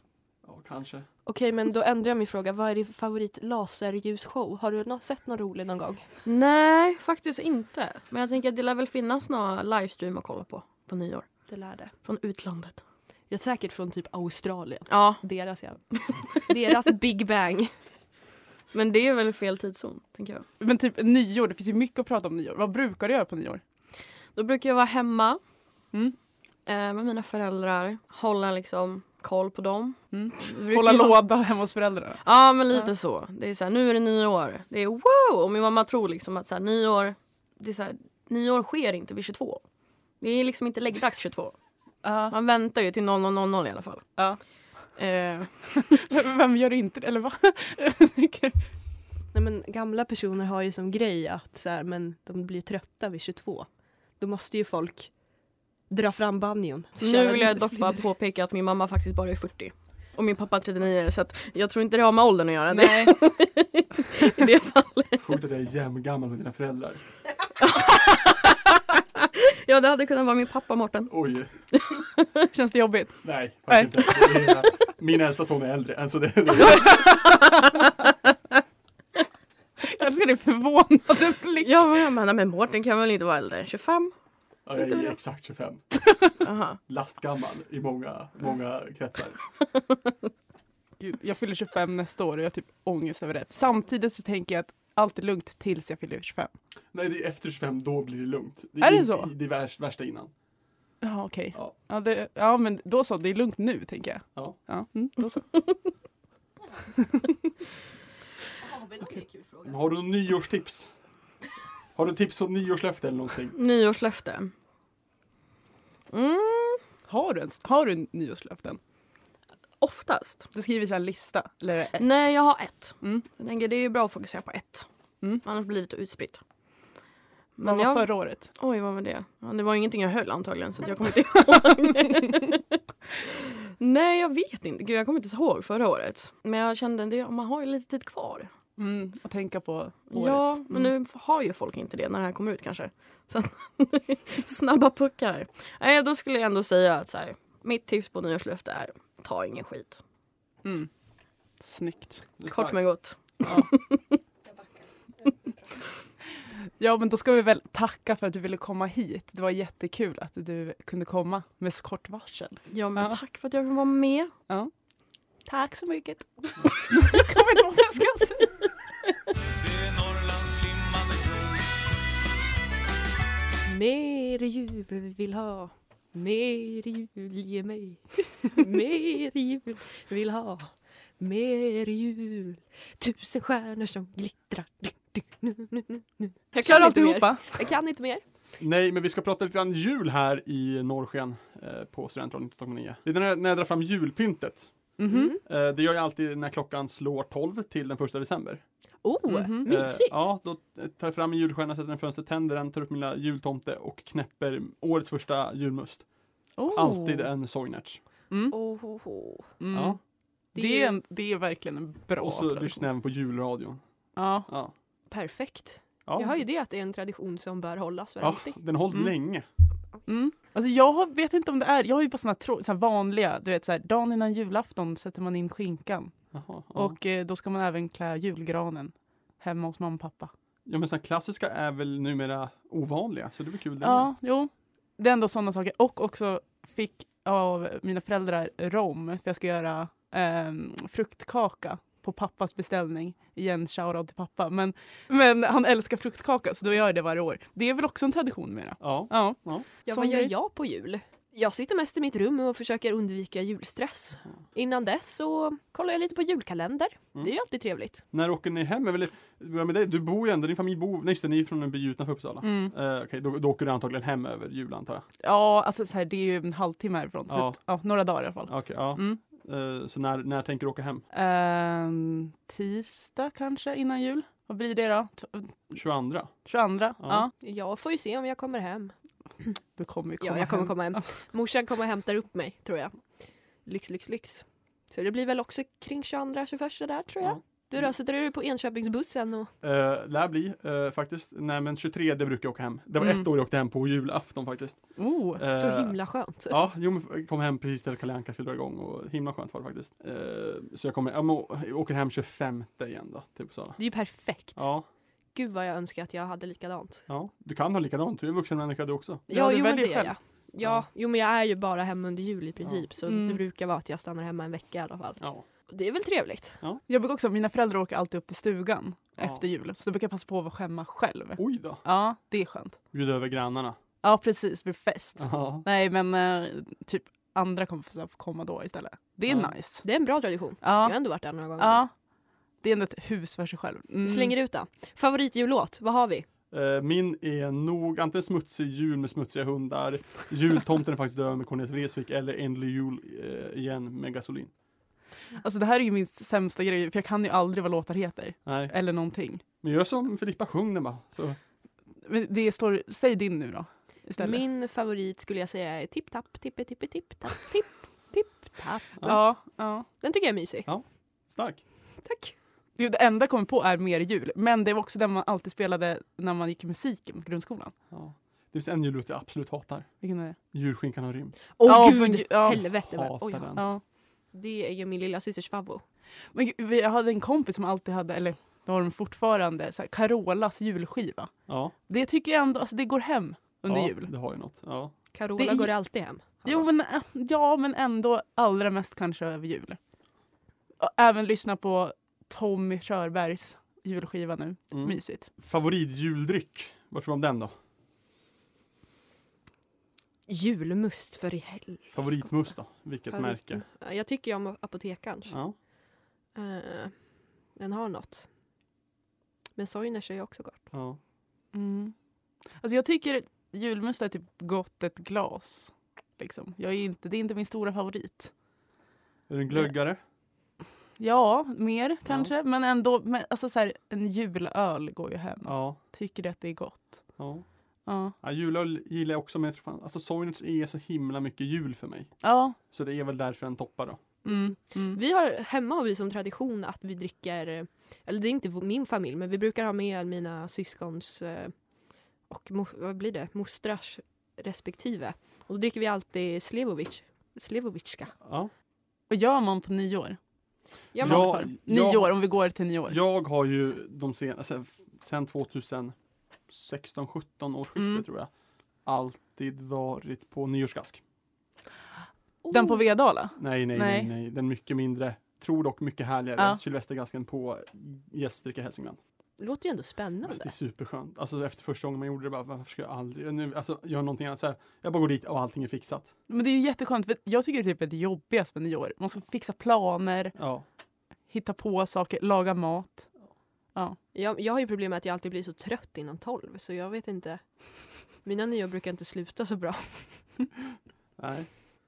Ja, kanske. Okej, men då ändrar jag min fråga. Vad är din favorit laserljusshow? Har du nå- sett någon rolig någon gång? Nej, faktiskt inte. Men jag tänker att det lär väl finnas några livestream att kolla på på nyår. Det lär det. Från utlandet. Jag är säkert från typ Australien. Ja, Deras ja. *laughs* Deras Big Bang. men det är väl fel tidszon, tänker jag. Men typ nyår, det finns ju mycket att prata om nyår. Vad brukar du göra på nyår? Då brukar jag vara hemma Mm. eh, med mina föräldrar. Hålla liksom koll på dem. Mm. Brukar Hålla jag- låda hemma hos föräldrarna? Ja, men lite Ja. så. Det är så här, nu är det nyår. Det är wow! Och min mamma tror liksom att så här, nyår, det är så här, nyår sker inte vid 22. Det är liksom inte läggdags 22. Ja. Man väntar ju till 00.00 i alla fall. Ja. Eh, *laughs* Vem vem gör inte det? Eller *laughs* va? Nej, men gamla personer har ju som grej att så här, men de blir trötta vid 22. Då måste ju folk dra fram banjon. Nu Köra vill lite jag dock *laughs* bara flider. påpeka att min mamma faktiskt bara är 40. Och min pappa är 39 så att jag tror inte det har med åldern att göra det, Nej. i det fallet. *laughs* Sjukt att jag är jämngammal med dina föräldrar. Ja det hade kunnat vara min pappa Mårten. Oj, Känns det jobbigt? nej. Nej. faktiskt inte. Det är- Min äldsta son är äldre än så det... Jag älskar din förvånade blick. Ja men jag menar men Mårten kan väl inte vara äldre än 25? Ja, jag är exakt 25. Aha. lastgammal i många, många kretsar. gud, jag fyller 25 nästa år och jag har typ ångest över det. Samtidigt så tänker jag att allt är lugnt tills jag fyller 25. Nej, det är efter 25, då blir det lugnt. Är det in- så? Det är värst, värsta innan. Ja, okej. Ja. Ja, det, ja, men då så, det är lugnt nu tänker jag. Ja. mm, då så. Men Har du någon nyårstips? Har du tips på nyårslöfte eller någonting? Nyårslöfte. Mm, Har du, en, har du en nyårslöften? oftast. Du skriver så här en lista, eller är det ett? Nej, jag har ett. Mm. Jag tänker det är ju bra att fokusera på ett. Mm. Annars blir det lite utspritt. Vad Men var jag... Alltså förra året? Oj, vad var det? Ja, det var ingenting jag höll antagligen så att jag *laughs* kommer inte ihåg. Nej, jag vet inte. Gud, jag kommer inte ihåg förra året. Men jag kände att man har ju lite tid kvar. Mm, att tänka på året. Ja, mm. men nu har ju folk inte det när det här kommer ut kanske. Så att- *laughs* snabba puckar. Nej, då skulle jag ändå säga att så här, mitt tips på nyårslöfte är ta ingen skit. Mm. Snyggt. Det är *laughs* Kort starkt. men gott. Ja, men då ska vi väl tacka för att du ville komma hit. Det var jättekul att du kunde komma med så kort varsel. Ja, men Ja. tack för att jag fick vara med. Tack så mycket. *laughs* jag kommer inte ihåg vad jag ska säga. Det är Norrlands glimmande guld. Mer jul vi vill ha. Mer jul ge mig. Mer jul vill ha. Mer jul. Tusen stjärnor som glittrar. Du, du, nu, nu, nu, nu. Jag Kör klarar alltihopa. alltihopa. Jag kan inte mer. Nej, men vi ska prata lite grann jul här i Norrsken eh, på Studentradion 1989. Det är när jag, när jag drar fram julpyntet. Mm. Mhm. Eh, det gör jag alltid när klockan slår 12 till den 1 december. Oh, Mhm. mysigt. Eh, ja, då tar jag fram en julstjärna, sätter den i fönstret, tänder den, tar upp min lilla jultomte och knäpper årets första julmust. Oh. Alltid en sojnerts. Mm. Oh, ho, ho. Mm. Ja. Det, är en, det är verkligen en bra Och så tradition. lyssnar jag även på julradion. Ja. Ja. Perfekt. Ja. Jag hör ju det att det är en tradition som bör hållas för ja, alltid. den har hållit Mm. länge. Mm. Alltså jag har- vet inte om det är, jag har ju bara såna, tro, såna vanliga, du vet så här, dagen innan julafton sätter man in skinkan Jaha, ja. och eh, då ska man även klä julgranen hemma hos mamma och pappa. ja, men sådana klassiska är väl numera ovanliga, så det blir kul det med. Ja, jo. Det är ändå sådana saker. Och också fick av mina föräldrar rom, för jag ska göra ehm, fruktkaka på pappas beställning. Igen, shoutout till pappa. Men, men han älskar fruktkaka, så då gör jag det varje år. Det är väl också en tradition mera. Ja. Ja. Ja, Som vad gör grej. jag på jul? Jag sitter mest i mitt rum och försöker undvika julstress. Innan dess så kollar jag lite på julkalender. Mm. Det är ju alltid trevligt. När åker ni hem? Eller, börja med dig, du bor ju ändå, din familj bor, nej just det, ni är från en by utanför Uppsala. Mm. Mm. Okej, då, då åker du antagligen hem över jul antar jag. Ja, alltså så här, det är ju en halvtimme härifrån. Så Ja. Att, ja, några dagar i alla fall. Okej, ja. Mm. Eh, så när, när tänker du åka hem? Ehm, tisdag kanske innan jul. Vad blir det då? T- 22? 22? Ja. Jag får ju se om jag kommer hem. Du kommer ju komma Ja, jag kommer hem. Alltså, komma hem. Morsan kommer och hämtar upp mig, tror jag. Lyx, lyx, lyx. Så det blir väl också kring 22, 21 där, tror jag. Ja. Du då, sätter du dig på Enköpingsbussen och... Uh, lär bli eh, faktiskt. Nej men 23 det brukar jag åka hem. Det var Mm. ett år jag åkte hem på julafton faktiskt. Oh. Eh, Så himla skönt. Ja, jo, men kom hem precis där Kalle Anka skulle dra igång och himla skönt var det faktiskt. Eh, så jag kommer, jag må- jag åker hem 25 igen då, till Uppsala. Det är ju perfekt. Ja, Gud vad jag önskar att jag hade likadant. ja, du kan ha likadant, du är en vuxen människa du också. Ja, Ja, du jo men väljer det är själv. jag. Ja, jo men jag är ju bara hemma under jul i princip så Mm. det brukar vara att jag stannar hemma en vecka i alla fall. Ja, Det är väl trevligt? Jag brukar också, mina föräldrar åker alltid upp till stugan Ja. efter jul. Så då brukar jag passa på att vara hemma själv. oj då. Ja, det är skönt. Bjuda över grannarna. Ja, precis. Vid fest. Ja. Nej, men eh, typ andra kompisar får komma då istället. Det är Ja. nice. Det är en bra tradition. Jag har Ja. ändå varit där några gånger. ja. Det är ändå ett hus för sig själv. Mm. Vi Slänger ut den. Favoritjullåt, vad har vi? Eh, Min är nog antingen Smutsig jul med smutsiga hundar, Jultomten är faktiskt död med Cornelis Vreeswijk eller Ändlig jul eh, igen med Gasolin. Alltså det här är ju min sämsta grej, för jag kan ju aldrig vad låtar heter. Nej, Eller någonting. men gör som Filippa, sjung den bara. Så. Men det står, säg din nu då. Istället. Min favorit skulle jag säga är Tipp Tapp, Tippe Tippe Tipp Tapp, Tipp Tipp Tapp. Ja, ja. Den tycker jag är mysig. Stark. Tack. Jo, Det enda jag kommer på är Mer jul, men det var också den man alltid spelade när man gick i musiken på grundskolan. Ja. Det finns en jullåt jag absolut hatar. Vilken är det? Djurskinkan har rymt. Åh Ja, men gud, gud, ja. helvete. vad- Hatar Oj, ja. den. Ja. Det är ju min lilla systers favvo. Men gud, vi- jag hade en kompis som alltid hade, eller det har de fortfarande, så här, Carolas julskiva. Ja, Det tycker jag ändå, alltså det går hem under ja, jul. det har ju något. Ja. Carola Det är- går alltid hem. eh, Jo men, äh, ja men ändå allra mest kanske över jul. och även lyssna på Tommy Körbergs julskiva nu. Mm. Mysigt. Favoritjuldryck? Vad tror du om den då? Julmust för i helvete. Favoritmust då? Vilket Favorit- märke? Ja, Jag tycker ju om apotekarens. Ja. Eh, den har något. Men Soiners är ju också gott. ja. Mm. Alltså jag tycker julmust är typ gott ett glas. Liksom. Jag är inte, det är inte min stora favorit. Är du en glöggare? Ja, mer kanske. Men ändå, men, alltså så här, en julöl går ju hem. Ja. Tycker att det är gott. ja. Ja, ja julöl gillar jag också men jag tror fan, alltså Soinerts är så himla mycket jul för mig. ja. Så det är väl därför den toppar då. Mm. Mm. Vi har, hemma har vi som tradition att vi dricker, eh, eller det är inte vår- min familj, men vi brukar ha med mina syskons eh, och mo- vad blir det? mostrars respektive. Och då dricker vi alltid Slevovic. Slevovicka. Ja. Vad gör man på nyår? Ja, Ja. men, Varför? Nyår, om vi går till nyår. Jag har ju de sen, alltså, f- sen 2016, 17 års skifte Mm. tror jag alltid varit på nyårskask. Den på Vedala? Nej, nej, nej, Nej. nej, Den mycket mindre, tror dock mycket härligare, Ja. Sylvestergasken på Gästrike Hälsingland. det låter ju ändå Alltså, spännande. det är superskönt. Alltså efter första gången man gjorde det bara, varför ska jag aldrig, nu, alltså gör någonting annat så här. Jag bara går dit och allting är fixat. Men det är ju jätteskönt. För jag tycker det är typ det jobbigaste med nyår. Man ska fixa planer, Ja. hitta på saker, laga mat. Jag, jag har ju problem med att jag alltid blir så trött innan tolv så jag vet inte. Mina nyår brukar inte sluta så bra. Nej.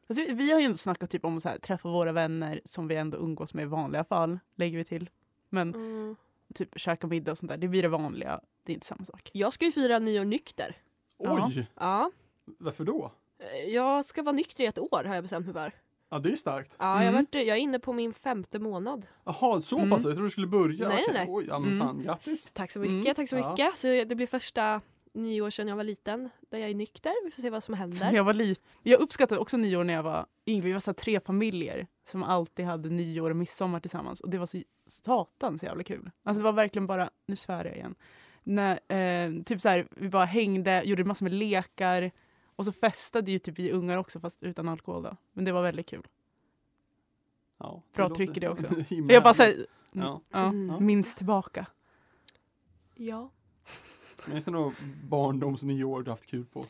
Alltså, vi har ju ändå snackat typ om att så här, träffa våra vänner som vi ändå umgås med i vanliga fall, lägger vi till. Men typ käka middag och sånt där, det blir det vanliga. Det är inte samma sak. Jag ska ju fira nyår nykter. Ja. Oj! Ja. Varför då? Eh, Jag ska vara nykter i ett år har jag bestämt mig för. Ja, det är starkt. Ja, jag, Mm. vart, jag är inne på min femte månad. Jaha, så Mm. pass? Jag trodde du skulle börja. Nej, Okej. nej. Oj, ja, men Mm. fan, grattis. Tack så mycket, Mm. tack så Ja. mycket. Så det blir första nyår sedan jag var liten där jag är nykter. Vi får se vad som Som händer. *laughs* jag, var lit- jag uppskattade också nyår när jag var yngre. Vi var så här, tre familjer som alltid hade nyår och midsommar tillsammans. Och det var så satans jävla kul. Alltså det var verkligen bara, nu svär jag igen. När, eh, typ så här, vi bara hängde, gjorde massor med lekar. Och så festade ju typ vi ungar också fast utan alkohol då. Men det var väldigt kul. Ja, Bra låter tryck i det också. *laughs* himla Jag bara härligt. säger, Ja. ja, Mm. minns tillbaka. Ja. Minns du några barndoms nyår du haft kul på?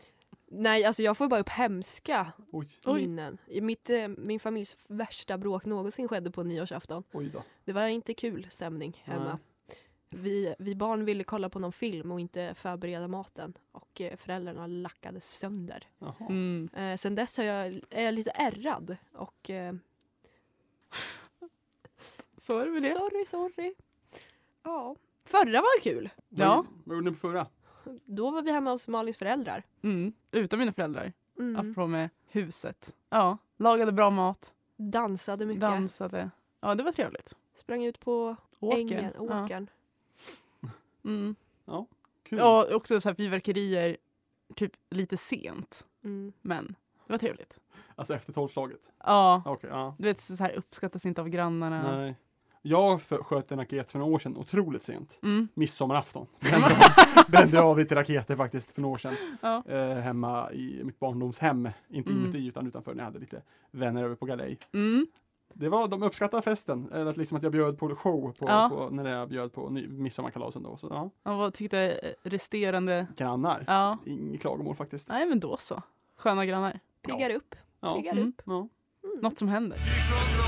Nej, alltså jag får bara upp hemska Oj, Oj. minnen. I Mitt, eh, min familjs värsta bråk någonsin skedde på nyårsafton. oj då. Det var inte kul stämning hemma. Vi, vi barn ville kolla på någon film och inte förbereda maten och eh, föräldrarna lackade sönder. Jaha. Mm. Eh, sen dess har jag, är jag lite ärrad och eh, Så är det med det. sorry, sorry. Ja. Förra var kul. Ja. Vad- Vad gjorde ni på förra? Då var vi hemma hos Malins föräldrar. Mm. Utan mina föräldrar, Mm. apropå med huset. Ja, lagade bra mat, Dansade mycket. dansade. Ja, det var trevligt. Sprang ut på Åker. ängen, åkern. Ja. Mm. Kul. Ja, också så här fyrverkerier typ lite sent, Mm. men det var trevligt. Alltså efter tolvslaget? Ja, Okej, ja. du vet så här uppskattas inte av grannarna. Nej. Jag f- sköt en raket för några år sedan, otroligt sent. Mm. *laughs* Midsommarafton. Brände- Brände av lite raketer faktiskt för några år sedan. Ja. Eh, hemma i mitt barndomshem. Inte Mm. inuti utan utanför när jag hade lite vänner över på galej. Mm. Det var, de uppskattade festen. Eller att liksom att jag bjöd på show på, Ja. på, när jag bjöd på ny, midsommarkalasen då. Så ja, Och vad tyckte eh, resterande... grannar. Ja, Inget klagomål faktiskt. nej men då så. Sköna grannar. Piggar upp. Ja. Piggar Mm. upp. Ja. Något som händer. Ifrån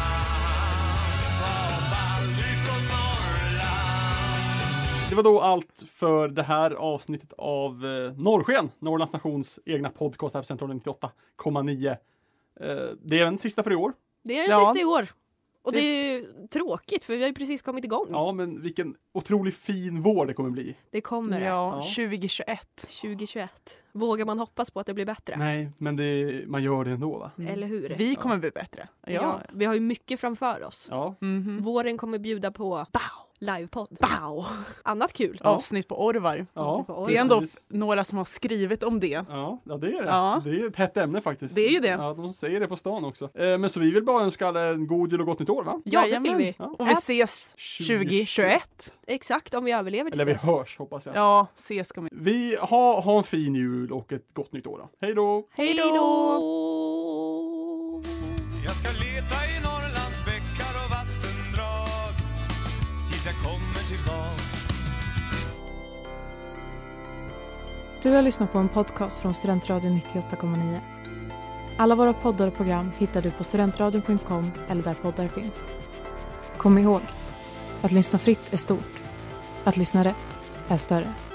Norrland, pappa, ifrån Norrland Det var då allt för det här avsnittet av eh, Norrsken, Norrlands nations egna podcast här på Centralen 98,9. Eh, det är den sista för i Mm. år. Det är den Ja. sista i år. Och Det- det, är ju tråkigt för vi har ju precis kommit igång. Ja, men vilken otroligt fin vår det kommer bli. Det kommer det. Ja, Ja. 2021. 2021. Vågar man hoppas på att det blir bättre? Nej, men det, man gör det ändå va? Mm. Eller hur? Vi kommer bli bättre. Ja. Ja, Vi har ju mycket framför oss. Ja, Mhm. Våren kommer bjuda på Bow! livepodd. Bow! Annat kul. Avsnitt på Orvar. ja, på Det är ändå precis. f- några som har skrivit om det. Ja, ja, det är det. Ja. Det är ett hett ämne faktiskt. Det är ju det. Ja, de säger det på stan också. Eh, men så vi vill bara önska alla en god jul och gott nytt år va? Ja, det vill Jajamän. vi. Ja. Och vi ses 2021. Exakt, om vi överlever Eller vi tills dess. hörs hoppas jag. Ja, ses ska vi. Vi har ha en fin jul och ett gott nytt år då. Hej då! Hej Hej då! då! Jag ska leta i Norrlands bäckar tills jag kommer tillbaka Du har lyssnat på en podcast från Studentradion 98,9. Alla våra poddar och program hittar du på studentradion.com eller där poddar finns. Kom ihåg, att lyssna fritt är stort. Att lyssna rätt är större.